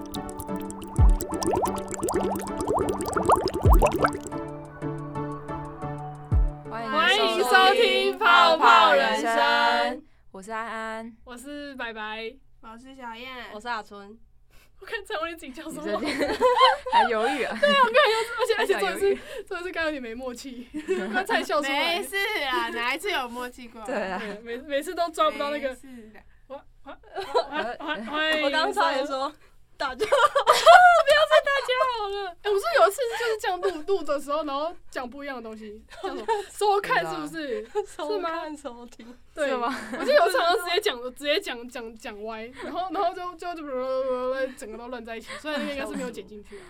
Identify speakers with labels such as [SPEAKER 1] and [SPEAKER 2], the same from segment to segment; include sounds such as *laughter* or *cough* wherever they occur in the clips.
[SPEAKER 1] 欢
[SPEAKER 2] 欢
[SPEAKER 1] 迎
[SPEAKER 2] 迎
[SPEAKER 1] 收
[SPEAKER 2] 收
[SPEAKER 1] 听
[SPEAKER 2] 听
[SPEAKER 1] 《
[SPEAKER 2] 《
[SPEAKER 1] 泡
[SPEAKER 2] 泡
[SPEAKER 1] 泡
[SPEAKER 2] 泡
[SPEAKER 1] 人
[SPEAKER 2] 人
[SPEAKER 1] 生
[SPEAKER 2] 生》，
[SPEAKER 1] 我是安安。
[SPEAKER 2] 我是白白，
[SPEAKER 3] 我是小燕
[SPEAKER 4] 我，是阿春，
[SPEAKER 2] 我看才有点紧张，
[SPEAKER 1] 你
[SPEAKER 2] 说
[SPEAKER 1] 这
[SPEAKER 2] 话，
[SPEAKER 1] 边还犹豫啊？
[SPEAKER 2] 而且而
[SPEAKER 1] 还
[SPEAKER 2] 且
[SPEAKER 1] 想
[SPEAKER 2] 重点
[SPEAKER 1] 犹豫
[SPEAKER 2] 是，重点是刚刚有点没默契，刚才笑出来
[SPEAKER 3] 没，事啊，哪一次有默契过？
[SPEAKER 1] 对啊，
[SPEAKER 2] 对每每次都抓不到那
[SPEAKER 3] 没
[SPEAKER 2] 个。啊哎
[SPEAKER 3] 事的
[SPEAKER 2] 欢欢欢欢欢迎
[SPEAKER 4] 我刚刚差点
[SPEAKER 2] 收
[SPEAKER 4] 说大家
[SPEAKER 2] 好了，哎、我是有一次就是这样录录的时候，然后讲不一样的东西，叫什么收看是不是？
[SPEAKER 4] 收看收听，
[SPEAKER 2] 对
[SPEAKER 1] 啊是吗？？
[SPEAKER 2] 我记得有常常直接讲，直接讲讲讲歪，然后然后就就就整个都乱在一起，虽然那个应该是没有剪进去啊。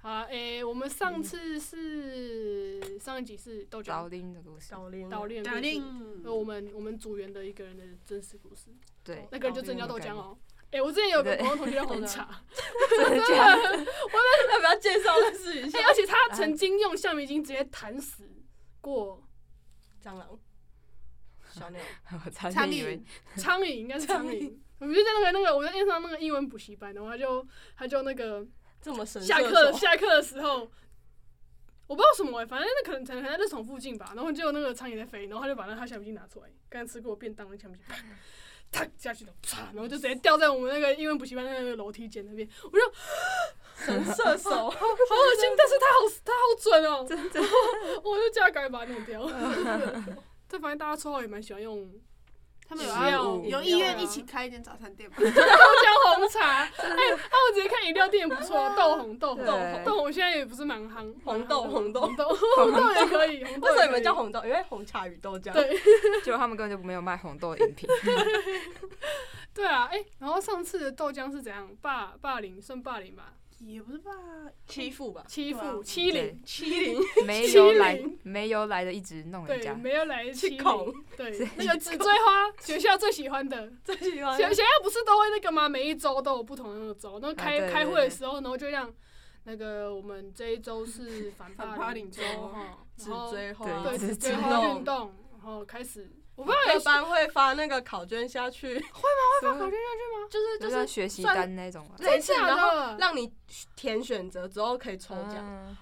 [SPEAKER 2] 好啦，诶、我们上次是上一集是豆
[SPEAKER 1] 老
[SPEAKER 2] 角
[SPEAKER 1] 丁的故事，
[SPEAKER 4] 令
[SPEAKER 2] 导练，
[SPEAKER 3] 打令，
[SPEAKER 2] 呃，我们我们组员的一个人的真实故事，
[SPEAKER 1] 对，
[SPEAKER 2] 那个人就真的叫豆浆哦。诶、我之前有个
[SPEAKER 1] 对
[SPEAKER 2] 朋友同学叫红茶，
[SPEAKER 1] 真的假
[SPEAKER 2] 啊
[SPEAKER 1] 的？
[SPEAKER 4] 要不要介绍认识一下
[SPEAKER 2] 诶、 *laughs* 而且他曾经用橡皮筋直接弹死过
[SPEAKER 4] 蟑螂、小鸟？
[SPEAKER 1] 我差
[SPEAKER 3] 苍
[SPEAKER 1] 点以为
[SPEAKER 3] 蝇，
[SPEAKER 2] 苍蝇，应该是苍
[SPEAKER 4] 苍
[SPEAKER 2] 蝇
[SPEAKER 4] 蝇。
[SPEAKER 2] 我们就在那个那个，我在印上那个英文补习班，然后他就他就那个
[SPEAKER 4] 这么神
[SPEAKER 2] 下
[SPEAKER 4] 射
[SPEAKER 2] 课
[SPEAKER 4] 手
[SPEAKER 2] 下课的时候，我不知道什么、欸，反正那可能可能还在宠附近吧，然后就有那个苍蝇在飞，然后他就把那他橡皮筋拿出来，刚才吃过便当的橡皮筋，啪啪下去了，啪，然后就直接掉在我们那个英文补习班的那个楼梯间那边，我就
[SPEAKER 3] *laughs*
[SPEAKER 4] 神射手，
[SPEAKER 2] 好恶心，但是他好他好准哦、
[SPEAKER 1] 真的
[SPEAKER 2] 我就叫他赶紧把它弄
[SPEAKER 3] *laughs*
[SPEAKER 2] 掉。这反正大家绰号也蛮喜欢用
[SPEAKER 3] 他们有
[SPEAKER 2] 饮料啊
[SPEAKER 3] 要
[SPEAKER 1] 食物
[SPEAKER 3] 有意愿一起开一间早餐店吗？
[SPEAKER 2] 豆浆
[SPEAKER 3] *laughs*
[SPEAKER 2] 红茶，哎、那我直接看饮料店也不错啊，豆红豆红豆
[SPEAKER 1] 对
[SPEAKER 2] 红豆红现在也不是蛮夯，
[SPEAKER 4] 红豆
[SPEAKER 2] 蛮夯的
[SPEAKER 4] 红豆
[SPEAKER 2] 红豆红豆也可以，红豆
[SPEAKER 4] 为
[SPEAKER 2] 也可以
[SPEAKER 4] 什么你们叫？红豆？因为红茶与豆浆。
[SPEAKER 2] 对
[SPEAKER 1] 结果他们根本就没有卖红豆饮品，
[SPEAKER 2] 对啊，哎、然后上次的豆浆是怎样霸霸凌算霸凌吧，
[SPEAKER 3] 也不是吧，
[SPEAKER 4] 欺负吧，
[SPEAKER 2] 欺
[SPEAKER 3] 对
[SPEAKER 2] 负
[SPEAKER 3] 啊
[SPEAKER 2] 欺凌，
[SPEAKER 4] 欺凌，
[SPEAKER 1] 没有来
[SPEAKER 2] 欺凌
[SPEAKER 1] 没有来的一直弄人
[SPEAKER 2] 对，
[SPEAKER 1] 家，
[SPEAKER 2] 没有来欺
[SPEAKER 4] 欺
[SPEAKER 2] 凌，
[SPEAKER 4] 恐，
[SPEAKER 2] 对
[SPEAKER 1] 是，
[SPEAKER 2] 那个紫锥花学校最喜欢的，
[SPEAKER 4] 最喜欢
[SPEAKER 2] 学学校不是都会那个吗？每一周都有不同的那个周，那开、
[SPEAKER 1] 啊对
[SPEAKER 2] 开
[SPEAKER 1] 对
[SPEAKER 2] 会的
[SPEAKER 1] 对
[SPEAKER 2] 时候，然后就让那个我们这一周是反
[SPEAKER 3] 反
[SPEAKER 2] 霸
[SPEAKER 3] 霸
[SPEAKER 2] 凌
[SPEAKER 3] 凌
[SPEAKER 2] 周
[SPEAKER 3] 周
[SPEAKER 2] 哈，
[SPEAKER 4] 紫
[SPEAKER 2] 然后
[SPEAKER 4] 锥花。
[SPEAKER 1] 对
[SPEAKER 2] 对，
[SPEAKER 1] 紫锥
[SPEAKER 2] 对，然
[SPEAKER 4] 花
[SPEAKER 2] 后运动，然后开始，我不知道有
[SPEAKER 4] 各班会发那个考卷下去，
[SPEAKER 2] 发考卷下去吗？
[SPEAKER 4] 就是
[SPEAKER 1] 就
[SPEAKER 4] 就是是
[SPEAKER 1] 学习
[SPEAKER 4] 算
[SPEAKER 1] 单那种啊。
[SPEAKER 4] 类似，
[SPEAKER 2] 真的
[SPEAKER 4] 然后
[SPEAKER 2] 假的？
[SPEAKER 4] 让你填选择之后可以抽奖。
[SPEAKER 1] 嗯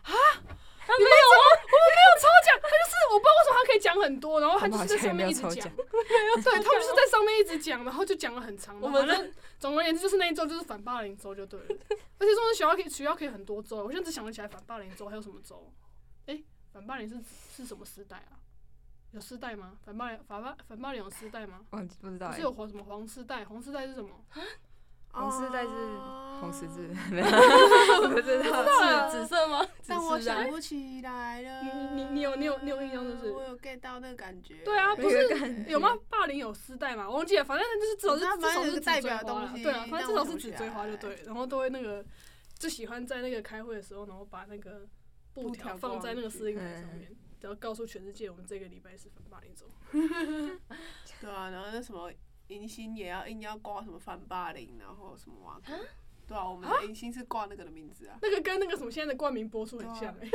[SPEAKER 2] 你没有啊，我们没有抽奖，他就是我不知道为什么他可以讲很多，然后他就是在上面一直
[SPEAKER 1] *laughs* 我们好像也没有抽奖，
[SPEAKER 2] 讲对他就是在上面一直讲，然后就讲了很长。
[SPEAKER 4] 我们
[SPEAKER 2] 反正总而言之就是那一周就是反霸凌周就对了，而且说是学校可以学校可以很多周，我现在只想得起来反霸凌周还有什么周？哎，反霸凌是是什么时代啊？有世代吗？反霸凌反霸反霸凌有世代吗？
[SPEAKER 1] 我不知道
[SPEAKER 2] 不
[SPEAKER 1] 哎
[SPEAKER 2] 是，有黄什么黄世代？黄世代是什么？
[SPEAKER 1] 红丝带是
[SPEAKER 3] 哦
[SPEAKER 1] 红十字，没有，我不知道。
[SPEAKER 4] 是紫色吗？
[SPEAKER 3] 哦但我
[SPEAKER 4] 紫色
[SPEAKER 3] 想不起来了。
[SPEAKER 2] 你你你有你有你有印象是不是
[SPEAKER 3] 我有 get 到那个感觉。
[SPEAKER 2] 对啊，不
[SPEAKER 1] 有一
[SPEAKER 2] 是
[SPEAKER 1] 个
[SPEAKER 2] 有吗？霸凌有丝带嘛？我忘记了，反正就是至少是
[SPEAKER 3] 我知道
[SPEAKER 2] 至
[SPEAKER 3] 反
[SPEAKER 2] 少
[SPEAKER 3] 正
[SPEAKER 2] 是
[SPEAKER 3] 有一个
[SPEAKER 2] 紫
[SPEAKER 3] 代
[SPEAKER 2] 锥
[SPEAKER 3] 表的
[SPEAKER 2] 花啦
[SPEAKER 3] 东西
[SPEAKER 2] 对啊，反正
[SPEAKER 3] 但
[SPEAKER 2] 至
[SPEAKER 3] 我
[SPEAKER 2] 少
[SPEAKER 3] 想
[SPEAKER 2] 是
[SPEAKER 3] 不
[SPEAKER 2] 紫
[SPEAKER 3] 起
[SPEAKER 2] 锥花
[SPEAKER 3] 来
[SPEAKER 2] 就对了，然后都会那个就喜欢在那个开会的时候，然后把那个布
[SPEAKER 3] 布
[SPEAKER 2] 条
[SPEAKER 3] 条
[SPEAKER 2] 放
[SPEAKER 3] 挂
[SPEAKER 2] 在那个
[SPEAKER 3] 上
[SPEAKER 2] 司令台
[SPEAKER 1] 去
[SPEAKER 2] 上面，然后告诉全世界我们这个礼拜是反霸凌周。
[SPEAKER 3] *laughs* 对啊，然后那什么迎新也要硬要挂什么反霸凌，然后什么哇，对啊，我们的迎新是挂那个的名字啊。
[SPEAKER 2] 那个跟那个什么现在的冠名播出很像哎，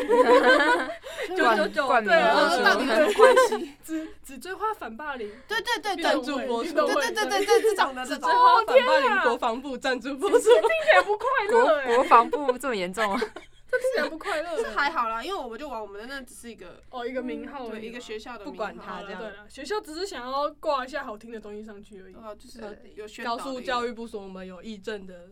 [SPEAKER 4] 九九九
[SPEAKER 1] 冠冠名
[SPEAKER 4] 对
[SPEAKER 2] 啊
[SPEAKER 3] 然
[SPEAKER 4] 啊
[SPEAKER 3] 后
[SPEAKER 2] 对
[SPEAKER 3] 到底有什么关系？
[SPEAKER 2] 紫紫锥花反霸凌，
[SPEAKER 3] *laughs* 对对对对，
[SPEAKER 2] 赞
[SPEAKER 4] 赞
[SPEAKER 2] 助
[SPEAKER 4] 助
[SPEAKER 2] 播
[SPEAKER 4] 播
[SPEAKER 2] 出
[SPEAKER 4] 出，
[SPEAKER 3] 对对对对对，这种的这
[SPEAKER 4] 紫
[SPEAKER 3] 种
[SPEAKER 2] *laughs*
[SPEAKER 4] 最。后反霸
[SPEAKER 2] 天啊
[SPEAKER 4] 凌国防部赞助播出，
[SPEAKER 2] 听起来不快
[SPEAKER 1] 国
[SPEAKER 2] 乐哎，
[SPEAKER 1] 国防部这么严重啊？
[SPEAKER 2] 这听起来不快乐
[SPEAKER 3] 是
[SPEAKER 2] 欸。
[SPEAKER 3] 还好啦，因为我们就玩我们的那只是一
[SPEAKER 2] *laughs*
[SPEAKER 3] 个
[SPEAKER 2] 哦，一个名号而
[SPEAKER 3] 对
[SPEAKER 2] 已
[SPEAKER 3] 一个
[SPEAKER 2] 嘛
[SPEAKER 3] 学校的
[SPEAKER 4] 不
[SPEAKER 3] 名
[SPEAKER 4] 管
[SPEAKER 3] 号
[SPEAKER 4] 它
[SPEAKER 2] 好
[SPEAKER 4] 这
[SPEAKER 2] 了
[SPEAKER 4] 样
[SPEAKER 2] 对了，学校只是想要挂一下好听的东西上去而已
[SPEAKER 3] 对。啊，就是
[SPEAKER 2] 呃
[SPEAKER 3] 有宣
[SPEAKER 4] 告
[SPEAKER 3] 导
[SPEAKER 4] 诉教
[SPEAKER 3] 育，
[SPEAKER 4] 育部说我们有议政的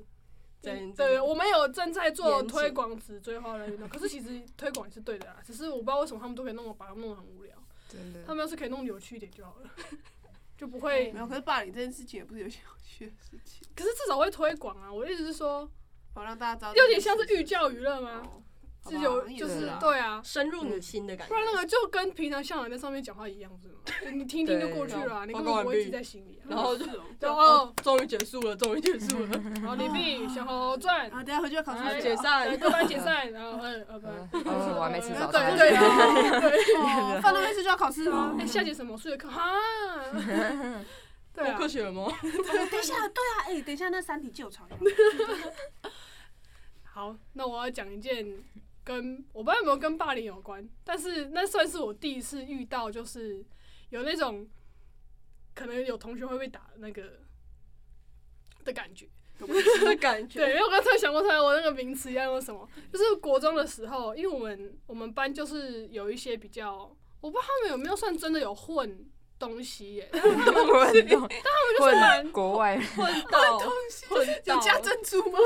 [SPEAKER 4] 在
[SPEAKER 2] 嗯
[SPEAKER 4] 这
[SPEAKER 2] 对，
[SPEAKER 4] 个
[SPEAKER 2] 我们有正在做
[SPEAKER 4] 严谨
[SPEAKER 2] 推广紫锥花的运动，可是其实推广也是对的啦，只是我不知道为什么他们都可以弄得把它弄得很无聊。
[SPEAKER 1] 真的
[SPEAKER 2] 他们要是可以弄有趣一点就好了， *laughs* 就不会
[SPEAKER 3] 哦没。有。可是霸凌这件事情也不是有些有趣的事情，
[SPEAKER 2] 可是至少会推广啊！我的意思是说，
[SPEAKER 3] 好让大家知道。
[SPEAKER 2] 有点像是寓教于乐吗？
[SPEAKER 3] 哦，好吧
[SPEAKER 2] 是有
[SPEAKER 3] 好像也
[SPEAKER 2] 就是
[SPEAKER 3] 是啊
[SPEAKER 2] 对啊，
[SPEAKER 4] 深入你心的感
[SPEAKER 2] 不
[SPEAKER 4] 觉。
[SPEAKER 2] 然那个就跟平常校长在上面讲话一样，不是吗？就你听听就过去了啊，你
[SPEAKER 4] 对
[SPEAKER 2] 根本不会记在心里啊。
[SPEAKER 4] 然后就
[SPEAKER 3] 好吧
[SPEAKER 2] 就
[SPEAKER 4] 哦
[SPEAKER 2] 哦，，
[SPEAKER 4] 终于结束了，终于结束了，
[SPEAKER 2] 然后李碧小猴猴
[SPEAKER 3] *laughs*
[SPEAKER 2] 转
[SPEAKER 3] 然，啊后等下回去要考
[SPEAKER 2] 哎
[SPEAKER 3] 试
[SPEAKER 4] 解散
[SPEAKER 2] 对，各班解散，然后呃呃不，
[SPEAKER 1] 哦，我还没吃早
[SPEAKER 2] 对
[SPEAKER 1] 餐。
[SPEAKER 2] 对啊对
[SPEAKER 3] 哦，放那边是就要考试吗？
[SPEAKER 2] 哎，下节什么数学课哈？对
[SPEAKER 4] 有
[SPEAKER 2] 啊
[SPEAKER 4] 科，学了吗？
[SPEAKER 3] 等一下，对啊，哎，等一下那三体就吵。
[SPEAKER 2] 好，那我要讲一件跟我不知道有没有跟霸凌有关，但是那算是我第一次遇到，就是有那种可能有同学会被打那个的感觉。
[SPEAKER 4] 是感
[SPEAKER 2] 对，因
[SPEAKER 4] 觉，
[SPEAKER 2] 为我刚才想不出来我那个名词要用什么。就是国中的时候，因为我们我们班就是有一些比较，我不知道他们有没有算真的有混东西耶、
[SPEAKER 1] 混到混国外人，
[SPEAKER 4] 混到混到
[SPEAKER 3] 有加珍珠吗？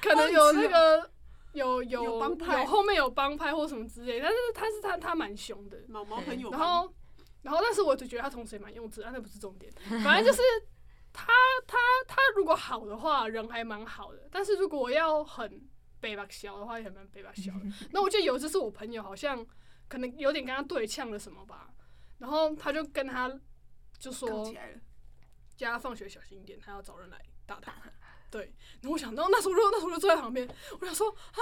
[SPEAKER 2] 可能有那个有有
[SPEAKER 3] 有帮派
[SPEAKER 2] 后面有帮派或什么之类，但是他是他他蛮凶的，
[SPEAKER 3] 毛毛很有
[SPEAKER 2] 然
[SPEAKER 3] 帮，
[SPEAKER 2] 后然后但是我就觉得他同时也蛮幼稚，啊，那不
[SPEAKER 3] *laughs*
[SPEAKER 2] 是重点，反正就是他他他如果好的话，人还蛮好的，但是如果要很北巴小的话，也很蛮北巴小的。
[SPEAKER 3] 嗯
[SPEAKER 2] 那我记得有一次是我朋友好像可能有点跟他对呛了什么吧，然后他就跟他就
[SPEAKER 3] 杠
[SPEAKER 2] 说
[SPEAKER 3] 起来了。
[SPEAKER 2] 叫他放学小心一点，他要找人来打他。对，然后我想到那时候我就那时候我就坐在旁边，我想说啊，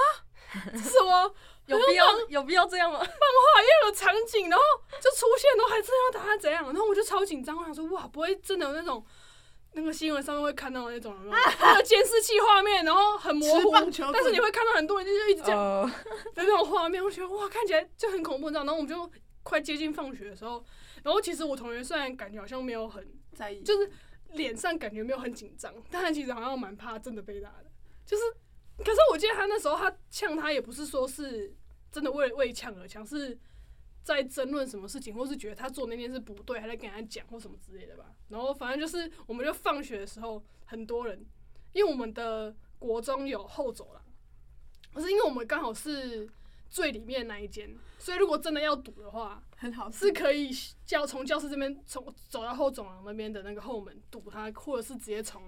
[SPEAKER 2] 这是什么
[SPEAKER 4] 有必要有必要这样吗？
[SPEAKER 2] 那个场景，然后就出现，然后还真的要打他怎样？然后我就超紧张，我想说哇，不会真的有那种那个新闻上面会看到的那种有没有那个监视器画面，然后很模
[SPEAKER 3] 吃
[SPEAKER 2] 糊，
[SPEAKER 3] 棒球棍，
[SPEAKER 2] 但是你会看到很多人就是一直这样
[SPEAKER 1] 呃，
[SPEAKER 2] 的那种画面，我觉得哇，看起来就很恐怖，你知道？然后我们就快接近放学的时候，然后其实我同学虽然感觉好像没有很，
[SPEAKER 3] 在意，
[SPEAKER 2] 就是脸上感觉没有很紧张，但他其实好像蛮怕真的被打的，就是，可是我记得他那时候他呛他也不是说是真的为为呛而呛，是在争论什么事情，或是觉得他做那件事不对，还在跟他讲或什么之类的吧。然后反正就是，我们就放学的时候，很多人，因为我们的国中有后走廊，可是因为我们刚好是最里面那一间，所以如果真的要堵的话，
[SPEAKER 3] 很好吃
[SPEAKER 2] 是。可以教从教室这边从走到后走廊那边的那个后门堵它，或者是直接从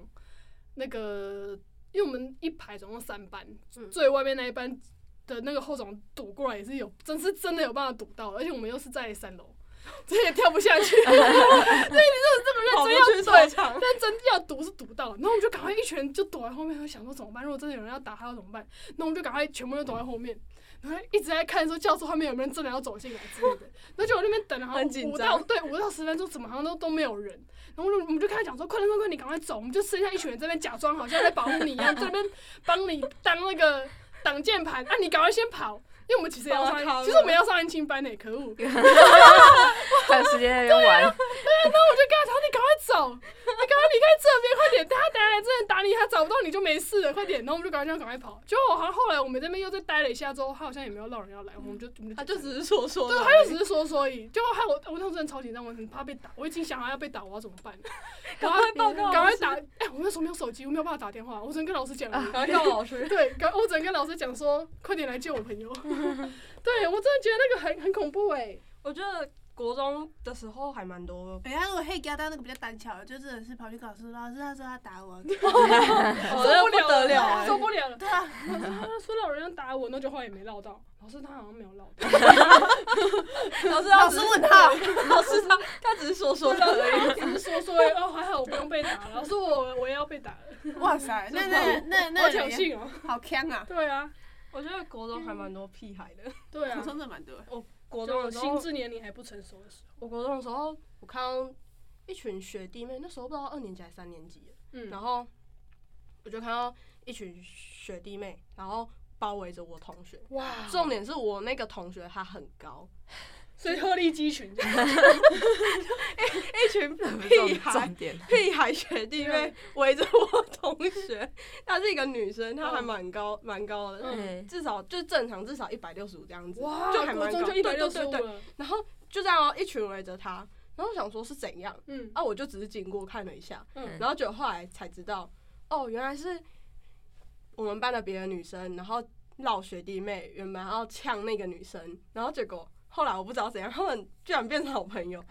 [SPEAKER 2] 那个，因为我们一排总共三班，
[SPEAKER 4] 嗯
[SPEAKER 2] 最外面那一班的那个后走廊堵过来也是有，真是真的有办法堵到的，而且我们又是在三楼， *laughs* 这也跳不下去， *laughs*
[SPEAKER 4] 跑过去
[SPEAKER 2] 真要
[SPEAKER 4] 操场，
[SPEAKER 2] 但真要堵是堵到，然后我们就赶快一群人就躲在后面，想说怎么办？如果真的有人要打他要怎么办？那我们就赶快全部都躲在后面，然后一直在看说教室后面有没有人真的要走进来之类的。然后就我那边等了好
[SPEAKER 4] 很
[SPEAKER 2] 像
[SPEAKER 4] 紧
[SPEAKER 2] 五到
[SPEAKER 4] 张
[SPEAKER 2] 对五到十分钟，怎么好像都都没有人。然后我就我们就跟他讲说，快点快点快点，你赶快走，我们就剩下一群人这边假装好像在保护你一样，这边帮你当那个挡键盘，啊你赶快先跑。因为我们其实也要
[SPEAKER 4] 帮他
[SPEAKER 2] 上，
[SPEAKER 4] 扛
[SPEAKER 2] 其实我们也要上安亲班呢、可恶！
[SPEAKER 1] 还有时间在那边玩，
[SPEAKER 2] 我就跟他说：“你赶快走，你赶快离开这边，快点！等下等下来真的打你，他找不到你就没事了，快点！”然后我们就赶快这样赶快跑。结果好像后来我们这边又再待了一下之后，他好像也没有老人要来，我们就我们就
[SPEAKER 4] 他就只是说说的
[SPEAKER 2] 对，
[SPEAKER 4] 而已，
[SPEAKER 2] 他就只是说说而已。结果害我我当时真的超紧张，我很怕被打，我已经想好要被打，我要怎么办？赶快
[SPEAKER 4] 报告老师啊
[SPEAKER 2] 赶快打！哎、我那时候没有手机，我没有办法打电话，我只能跟老师讲而已。
[SPEAKER 4] 赶快告老师，
[SPEAKER 2] 对，刚我只能跟老师讲说，快点来救我朋友。 *laughs* 对我真的觉得那个很很恐怖哎、
[SPEAKER 4] *laughs* 我觉得国中的时候还蛮 *laughs* 多，
[SPEAKER 3] 哎、呀，我黑加到那个比较胆小的，就真的是跑去告诉老师，他说他打我，
[SPEAKER 4] 受
[SPEAKER 2] 受不
[SPEAKER 4] 不
[SPEAKER 2] 了
[SPEAKER 4] 得
[SPEAKER 2] 了，
[SPEAKER 4] 了哎
[SPEAKER 2] 受不了了。
[SPEAKER 3] 对
[SPEAKER 2] *laughs*
[SPEAKER 3] 啊，
[SPEAKER 2] 说老人要打我，那句话也没唠到。老师他好像没有唠到，
[SPEAKER 4] 老师
[SPEAKER 3] 老
[SPEAKER 4] 他
[SPEAKER 3] 师
[SPEAKER 4] 只
[SPEAKER 3] 问他，
[SPEAKER 4] 是老师他他只是说说的而已，
[SPEAKER 2] 他只是说说而已哦，还好我不用被打。老师我我也要被打了，
[SPEAKER 3] *laughs* 哇
[SPEAKER 2] *laughs*
[SPEAKER 3] 塞，那那那那
[SPEAKER 2] 好侥
[SPEAKER 3] 人也
[SPEAKER 2] 幸哦。
[SPEAKER 3] 好强啊！
[SPEAKER 2] 对啊，
[SPEAKER 4] 我觉得国中还蛮多屁孩的，
[SPEAKER 2] 对
[SPEAKER 3] 我 *laughs*
[SPEAKER 2] 啊
[SPEAKER 3] 说，真的蛮多的，
[SPEAKER 4] 嗯国中
[SPEAKER 2] 就
[SPEAKER 4] 的时
[SPEAKER 2] 心
[SPEAKER 4] 候，
[SPEAKER 2] 智年龄还不成熟的时候，
[SPEAKER 4] 我国中的时候，我看到一群学弟妹，那时候不知道二年级还是三年级，
[SPEAKER 2] 嗯
[SPEAKER 4] 然后我就看到一群学弟妹，然后包围着我同学。
[SPEAKER 2] 哇，
[SPEAKER 4] 重点是我那个同学他很高，
[SPEAKER 2] 所以鹤立鸡群，
[SPEAKER 4] 一群屁
[SPEAKER 1] 这种
[SPEAKER 4] 孩
[SPEAKER 1] 重点，
[SPEAKER 4] 屁孩学弟妹围着我同学，她是一个女生，她还
[SPEAKER 2] 嗯
[SPEAKER 4] 蛮高蛮高的，
[SPEAKER 1] 嗯，
[SPEAKER 4] 至少就正常至少一百六十五这样子，
[SPEAKER 2] 哇，
[SPEAKER 4] 就还蛮
[SPEAKER 2] 国中
[SPEAKER 4] 高，
[SPEAKER 2] 就
[SPEAKER 4] 对
[SPEAKER 2] 一百六
[SPEAKER 4] 对
[SPEAKER 2] 十五
[SPEAKER 4] 对对，
[SPEAKER 2] 了，
[SPEAKER 4] 然后就这样、哦、一群围着她，然后我想说是怎样
[SPEAKER 2] 嗯
[SPEAKER 4] 啊，我就只是经过看了一下，
[SPEAKER 2] 嗯
[SPEAKER 4] 然后就后来才知道，哦，原来是我们班的别的女生，然后闹学弟妹，原本要呛那个女生，然后结果后来我不知道怎样，他们居然变成好朋友就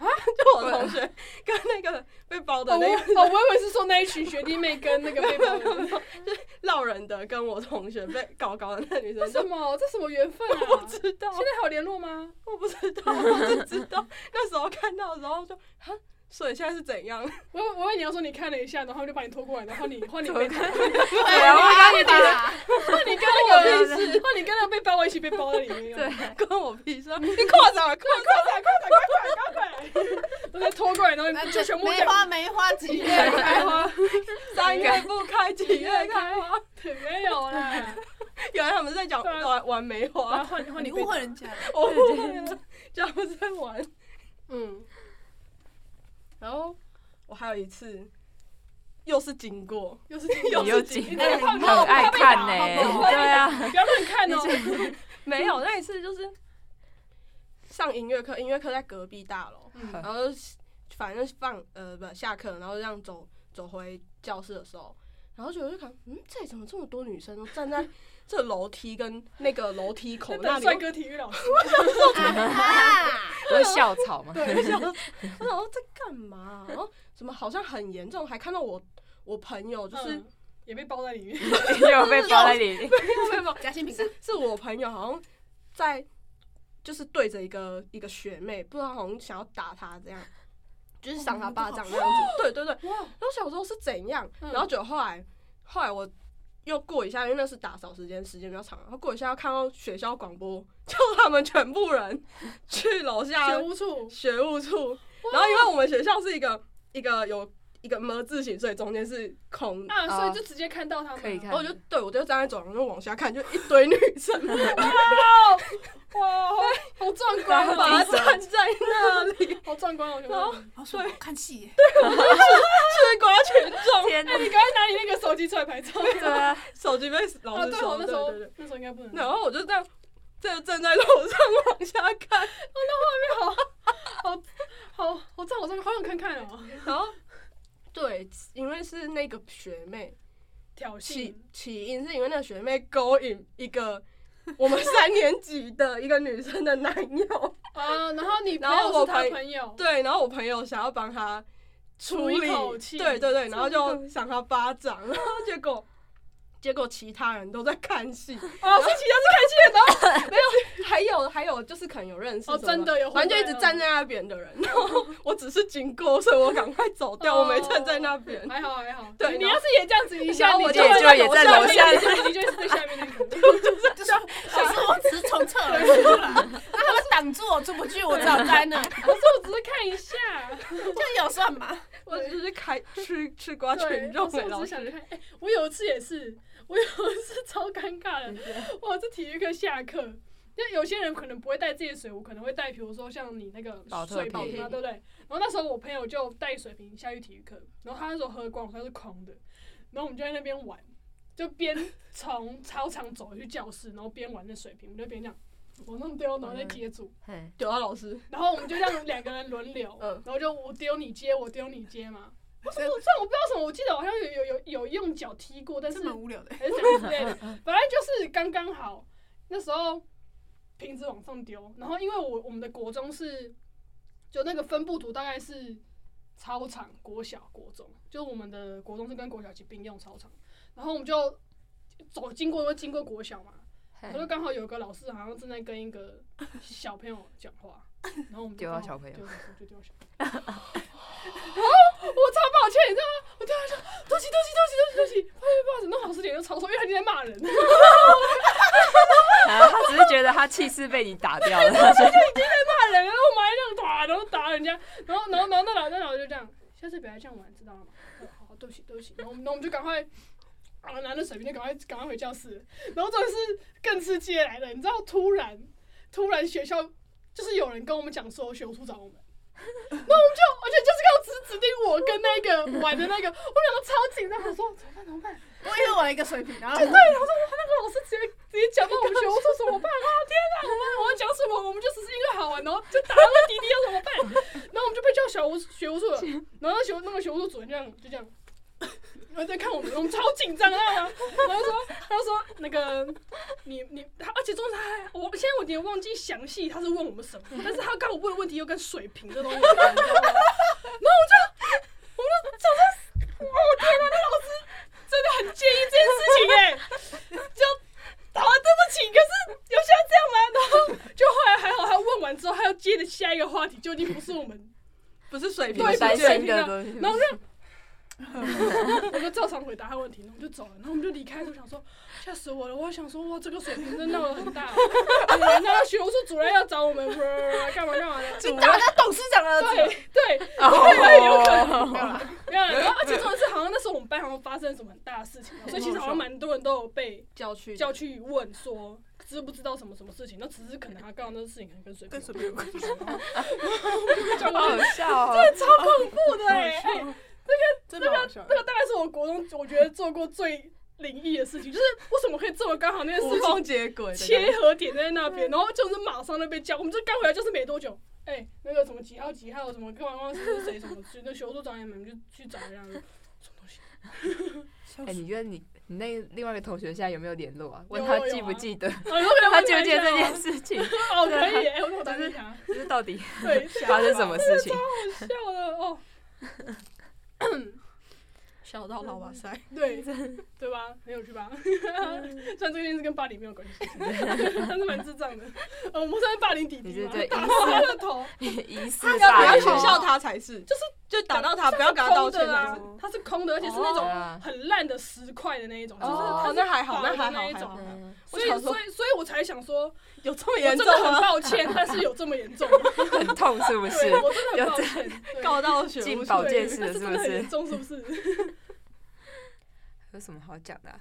[SPEAKER 4] 我同学跟那个被包
[SPEAKER 2] 啊哦，
[SPEAKER 4] 的
[SPEAKER 2] 我
[SPEAKER 4] 那个
[SPEAKER 2] 哦，我以为是说那一群学弟妹跟那个被包的，
[SPEAKER 4] *laughs* 闹人的，跟我同学被搞搞的那女
[SPEAKER 2] 为什
[SPEAKER 4] 生，就
[SPEAKER 2] 么？这什么缘分啊？
[SPEAKER 4] 知道
[SPEAKER 2] 现在还有联络吗？
[SPEAKER 4] 我不知道，我就知道那时候看到的时候就哈，所以现在是怎样？
[SPEAKER 2] 我我以为你要说你看了一下，然后就把你拖过来，然后你换你被打，换
[SPEAKER 1] 对啊，我刚刚打，
[SPEAKER 2] 你跟那个换哦你跟那个被包围一起被包在里面，
[SPEAKER 1] 对，
[SPEAKER 4] 关我屁事啊！你扩展，扩
[SPEAKER 2] *laughs*
[SPEAKER 4] 展，
[SPEAKER 2] 都被拖过来，然后你就全部
[SPEAKER 3] *laughs* 梅
[SPEAKER 2] 讲
[SPEAKER 3] 花梅花
[SPEAKER 2] *laughs*
[SPEAKER 3] 几
[SPEAKER 2] 几
[SPEAKER 3] 月
[SPEAKER 2] 月开花，
[SPEAKER 4] 三月不开，几
[SPEAKER 2] 几
[SPEAKER 4] 月
[SPEAKER 2] 月
[SPEAKER 4] 开？
[SPEAKER 2] 开花，没有啦，
[SPEAKER 4] *laughs* 原来他们是在讲
[SPEAKER 2] 对啊
[SPEAKER 4] 玩玩梅
[SPEAKER 2] 然后
[SPEAKER 4] *laughs* 花，哦
[SPEAKER 2] 换换
[SPEAKER 3] 你
[SPEAKER 2] 被
[SPEAKER 3] 误
[SPEAKER 2] 打
[SPEAKER 3] 会人，家了，
[SPEAKER 2] *laughs*
[SPEAKER 4] 我误会了，他们在玩。
[SPEAKER 2] 嗯，
[SPEAKER 4] 然后我还有一次，又是经过，
[SPEAKER 2] 又是
[SPEAKER 1] 你又
[SPEAKER 2] 又是
[SPEAKER 1] 紧，
[SPEAKER 2] 你
[SPEAKER 1] 你
[SPEAKER 2] 真的
[SPEAKER 1] 很
[SPEAKER 2] 胖
[SPEAKER 4] 到
[SPEAKER 1] 爱看呢、
[SPEAKER 2] 好
[SPEAKER 1] 对啊，
[SPEAKER 2] 不要乱看哦。 *laughs*
[SPEAKER 4] 没有那一次就是上音乐课，音乐课在隔壁大楼，
[SPEAKER 2] 嗯
[SPEAKER 4] 然后就是反正放呃不下课，然后这样走走回教室的时候，然后就我就看，嗯，这里怎么这么多女生都站在 *laughs* 这楼梯跟那个楼梯口那
[SPEAKER 2] 那
[SPEAKER 4] 里？
[SPEAKER 2] 帅哥体育老师，
[SPEAKER 1] 不是校草吗？
[SPEAKER 4] 对，我想说，我想说在干嘛？然后怎么好像很严重，还看到我我朋友，就是、
[SPEAKER 2] 嗯也被包在里面。
[SPEAKER 1] 又被包在里面，
[SPEAKER 3] 夹心饼干，
[SPEAKER 4] 是我朋友好像在就是对着一个一个学妹，不知道好像想要打她这样，就是赏
[SPEAKER 2] 哦
[SPEAKER 4] 她巴掌那样子。对对对，
[SPEAKER 2] 哇，
[SPEAKER 4] 然后小时候是怎样？
[SPEAKER 2] 嗯
[SPEAKER 4] 然后就后来后来我。又过一下，因为那是打扫时间，时间比较长。然后过一下，看到学校广播，叫他们全部
[SPEAKER 2] *laughs*
[SPEAKER 4] 人去楼下
[SPEAKER 2] 学无处，
[SPEAKER 4] 学务处，啊然后因为我们学校是一个一个有一个么字形，所以中间是空的。
[SPEAKER 2] 啊，所以
[SPEAKER 1] 哦
[SPEAKER 2] 就直接看到他们。
[SPEAKER 1] 可以看
[SPEAKER 4] 然后我就对我就站在走廊就往下看，就一堆女生
[SPEAKER 2] 哇，好好
[SPEAKER 4] *laughs*
[SPEAKER 2] 壮观哦
[SPEAKER 4] 光
[SPEAKER 2] 吧
[SPEAKER 4] 把？站在那 *laughs* 里，
[SPEAKER 2] 好壮观哦！
[SPEAKER 4] 然后
[SPEAKER 2] 我
[SPEAKER 3] 好爽哦，看戏耶，
[SPEAKER 4] 吃瓜群众，
[SPEAKER 1] 天哪
[SPEAKER 2] 哎，，你刚才拿你那个手机出来拍照。
[SPEAKER 1] 对啊，
[SPEAKER 4] *laughs* 手机被老
[SPEAKER 2] 啊，
[SPEAKER 4] 师
[SPEAKER 2] 对
[SPEAKER 4] 收
[SPEAKER 2] 哦，那
[SPEAKER 4] 对
[SPEAKER 2] 时候
[SPEAKER 4] 对对。
[SPEAKER 2] 那时候应该不能。
[SPEAKER 4] 然后我就这样，这站在楼上往下看，
[SPEAKER 2] 好，好赞，好赞，好想看看哦。
[SPEAKER 4] 然后对，因为是那个学妹，
[SPEAKER 2] 挑衅
[SPEAKER 4] 起，起因是因为那个学妹勾引一个 *laughs* 我们三年级的一个女生的男友， *laughs*
[SPEAKER 2] 啊，然后你朋
[SPEAKER 4] 然后
[SPEAKER 2] 友
[SPEAKER 4] 我哦
[SPEAKER 2] 是他
[SPEAKER 4] 朋
[SPEAKER 2] 朋
[SPEAKER 4] *laughs*
[SPEAKER 2] 友，
[SPEAKER 4] 对，然后我朋友想要帮她处
[SPEAKER 2] 出
[SPEAKER 4] 理
[SPEAKER 2] 一口气，
[SPEAKER 4] 对对对，然后就赏她巴掌，然后结果结果其他人都在看戏，
[SPEAKER 2] 哦，是其他是
[SPEAKER 4] *laughs* 还有还有就是可能有认识
[SPEAKER 2] 哦
[SPEAKER 4] 什么
[SPEAKER 2] 真的有
[SPEAKER 4] 反正就一
[SPEAKER 2] 混在
[SPEAKER 4] 直站在那边的人，然后 *laughs* 我只是经过，所以我赶快走掉，我没站在那
[SPEAKER 2] 开
[SPEAKER 4] 边 *laughs*
[SPEAKER 2] 心的，，还好还好。
[SPEAKER 4] 对
[SPEAKER 2] 你你
[SPEAKER 4] 然
[SPEAKER 2] 要
[SPEAKER 4] 后
[SPEAKER 2] 是也这样子一下，
[SPEAKER 4] 然后
[SPEAKER 2] 你
[SPEAKER 4] 我
[SPEAKER 1] 就
[SPEAKER 2] 会
[SPEAKER 1] 就也在
[SPEAKER 2] 楼
[SPEAKER 1] 楼下
[SPEAKER 2] 你就你就是最下面那 *laughs* 个。
[SPEAKER 3] 就是老师，我只是从侧而出来，那 *laughs* 他们挡住我出不去，我只好在那， *laughs*
[SPEAKER 2] 不是，我只是看一下。
[SPEAKER 3] 就有算
[SPEAKER 2] *laughs*
[SPEAKER 3] 嘛。
[SPEAKER 4] 我就是开吃吃瓜
[SPEAKER 2] 对，
[SPEAKER 4] 群众
[SPEAKER 2] 我
[SPEAKER 4] 给
[SPEAKER 2] 说我
[SPEAKER 4] 老
[SPEAKER 2] 只是想
[SPEAKER 4] 师。
[SPEAKER 2] 看。哎，我有一次也是，我有一次超尴尬的，我是体育课下课。因为有些人可能不会带自己的水壶，可能会带，比如说像你那个
[SPEAKER 1] 保特
[SPEAKER 2] 水瓶
[SPEAKER 1] 瓶
[SPEAKER 2] 啊，对不对？然后那时候我朋友就带水瓶下去体育课，然后他那时候喝光，他是空的，然后我们就在那边玩，就边
[SPEAKER 4] *laughs*
[SPEAKER 2] 从操场走去教室，然后边玩那水瓶，我们就边这样，我弄丢，
[SPEAKER 4] 哦
[SPEAKER 2] 然后再接住，
[SPEAKER 1] 嘿
[SPEAKER 4] 丢啊到老师，
[SPEAKER 2] 然后我们就让两个人轮流，
[SPEAKER 4] *laughs* 嗯
[SPEAKER 2] 然后就我丢你接，我丢你接嘛。我怎么虽然我不知道什么，我记得我好像有有有有用脚踢过，但是
[SPEAKER 3] 这蛮无聊 *laughs* 嗯的，
[SPEAKER 2] 还是什么之类的，本来就是刚刚好。那时候瓶子往上丢，然后因为我我们的国中是就那个分布图大概是操场、国小、国中，就我们的国中是跟国小一起并用操场，然后我们就走经过会经过国小嘛，
[SPEAKER 1] 嘿
[SPEAKER 2] 我就刚好有个老师好像正在跟一个小朋友讲
[SPEAKER 1] *laughs*
[SPEAKER 2] 话，然后我们就
[SPEAKER 1] 丢到
[SPEAKER 2] 刚好
[SPEAKER 1] 小朋友
[SPEAKER 2] 丢到小就丢到小朋友。然后我超抱歉，你知道吗？我突然说对不起，对不起，对不起，对不起，不好意思，不好意思。那老师脸就超臭，因为他已经在骂人。
[SPEAKER 1] 啊他只是觉得他气势被你打掉了，他就
[SPEAKER 2] 打人，然后我们还这样打，然后打人家，然后然后然后那老那老师就这样，下次不要这样玩，知道了吗？哦好，对不起，对不起。然后我们然后我们就赶快。啊！拿着水瓶就赶快赶快回教室，然后这是更刺激的来了，你知道，突然突然学校就是有人跟我们讲说学务处找 *laughs* 我们，那我们就而且就是要指指定我跟那个玩的那个，我两个超紧张，我说怎么办怎么办？
[SPEAKER 3] 我以为我有一个水平，然后
[SPEAKER 2] 对，然后说哇，那个老师直接直接讲到我们学，我说怎么办 *laughs* 啊？天哪，我们我要讲什么？我们就只是因为好玩，然后就打了个滴滴，要怎么办？然后我们就被叫小吴学务处了，然后那学那个学务处主任这样就这样。然后在看我们，我们超紧张啊！ *laughs* 然后说，他说那个你你他，而且重点是他还，我现在我有点忘记详细他是问我们什么，但是他刚好问的问题又跟水瓶这东西有关，你知道吗？然后我就，我就想说，哇，我天哪，那老师真的很介意这件事情哎、 *laughs* 就好、啊，对不起，可是有需要这样吗？然后就后来还好，他问完之后，他又接着下一个话题，就已经不是我们，
[SPEAKER 4] 不是水
[SPEAKER 1] 你
[SPEAKER 4] 平
[SPEAKER 2] 对
[SPEAKER 1] 们
[SPEAKER 2] 不
[SPEAKER 1] 担
[SPEAKER 2] 是水
[SPEAKER 1] 心
[SPEAKER 2] 平
[SPEAKER 1] 的
[SPEAKER 2] 啊
[SPEAKER 1] 东西
[SPEAKER 2] 然。后我就。 *laughs* 我就照常回答他问题，然后我们就走了，然后我们就离开。我想说，吓死我了！我想说，哇，这个水平真的闹得很大、哦。人家学务处主任要找我们，干嘛
[SPEAKER 3] *laughs*
[SPEAKER 2] 干嘛的。
[SPEAKER 3] 你打到董事长的儿
[SPEAKER 2] 对
[SPEAKER 3] 子，
[SPEAKER 2] 对，
[SPEAKER 1] 哦，
[SPEAKER 3] 没有啦，
[SPEAKER 2] 没有啦。然后而且重点是，好像那时候我们班好像发生什么很大的事情，所以其实好像蛮多人都有被
[SPEAKER 4] 叫去
[SPEAKER 2] 叫去问说知不知道什么什么事情，那只是可能他刚刚那个事情可能跟水
[SPEAKER 3] 跟水
[SPEAKER 2] 瓶
[SPEAKER 3] 平有关系。
[SPEAKER 2] 有关，就被叫 *laughs*
[SPEAKER 1] 好
[SPEAKER 2] 过
[SPEAKER 1] 好
[SPEAKER 2] 去，
[SPEAKER 4] *laughs*
[SPEAKER 1] 笑哦！
[SPEAKER 2] 真的超恐怖的哎、欸！
[SPEAKER 3] 真的好笑的
[SPEAKER 2] 这。个大概是我国中我觉得做过最灵异的事情，就是为什么可以这么刚好那件
[SPEAKER 4] 无
[SPEAKER 2] 事
[SPEAKER 4] 缝
[SPEAKER 2] 情
[SPEAKER 4] 接轨的感
[SPEAKER 2] 切
[SPEAKER 4] 觉，
[SPEAKER 2] 合点在那边，然后就是马上就被叫，我们就刚回来就是没多久，哎、那个什么几号几号什么干嘛干嘛谁谁谁什么去，那学术长你们就去找一下，啊什么东西，
[SPEAKER 1] 哎，你觉得你你那另外一个同学现在有没有联络啊？问
[SPEAKER 2] 有啊
[SPEAKER 1] 他记不记得，
[SPEAKER 2] 啊，如果
[SPEAKER 1] 他记不记得这件事情，
[SPEAKER 2] 哦，可以，哎、我我打给他，
[SPEAKER 1] 就是到底
[SPEAKER 2] 对，
[SPEAKER 1] 发生什么事情？
[SPEAKER 2] 笑了哦，
[SPEAKER 4] 笑到老哇 *laughs* 塞！
[SPEAKER 2] 对，对吧？很有趣吧？ *laughs*
[SPEAKER 4] 嗯
[SPEAKER 2] 虽然这件事跟霸凌没有关系，但是蛮智障的。呃，我们算是霸凌弟
[SPEAKER 1] 你
[SPEAKER 2] 弟
[SPEAKER 1] 是
[SPEAKER 2] 嘛
[SPEAKER 1] 对，
[SPEAKER 2] 打爆他的头，
[SPEAKER 1] 疑似
[SPEAKER 4] 要不
[SPEAKER 1] 霸
[SPEAKER 4] 要
[SPEAKER 1] 凌
[SPEAKER 4] 取笑他才是？就是就打到他，不要跟他道
[SPEAKER 2] 空
[SPEAKER 4] 歉
[SPEAKER 2] 的
[SPEAKER 4] 才
[SPEAKER 2] 啊
[SPEAKER 4] 是。，哦
[SPEAKER 2] 它是空的，而且是那
[SPEAKER 1] 对
[SPEAKER 2] 种
[SPEAKER 1] 啊
[SPEAKER 2] 很烂的石块的那一种，就是
[SPEAKER 1] 哦
[SPEAKER 2] 它是
[SPEAKER 4] 那还
[SPEAKER 2] 薄
[SPEAKER 4] 好
[SPEAKER 2] 的
[SPEAKER 4] 那还好
[SPEAKER 2] 那一
[SPEAKER 4] 还好
[SPEAKER 2] 种。
[SPEAKER 1] 嗯
[SPEAKER 2] 所以，
[SPEAKER 4] 我想说
[SPEAKER 2] 所以，所以我才
[SPEAKER 1] *laughs*
[SPEAKER 2] 想说，
[SPEAKER 4] 有这么
[SPEAKER 2] 我
[SPEAKER 4] 严
[SPEAKER 2] 真
[SPEAKER 4] 重
[SPEAKER 2] 的很
[SPEAKER 4] 吗？
[SPEAKER 2] 抱歉，但是有这么严重吗，
[SPEAKER 1] 很痛是不是
[SPEAKER 2] 对？我真的很
[SPEAKER 1] 有
[SPEAKER 2] 抱
[SPEAKER 1] *laughs*
[SPEAKER 2] 歉，对
[SPEAKER 4] 告到学务
[SPEAKER 1] 进
[SPEAKER 4] 处
[SPEAKER 1] 保
[SPEAKER 2] 对
[SPEAKER 1] 健室
[SPEAKER 2] 但
[SPEAKER 1] 了
[SPEAKER 2] 是
[SPEAKER 1] 是
[SPEAKER 2] 真
[SPEAKER 1] 不
[SPEAKER 2] 的很
[SPEAKER 1] 是
[SPEAKER 2] 严？重，是不是？
[SPEAKER 1] *laughs* 有什么好讲的、啊？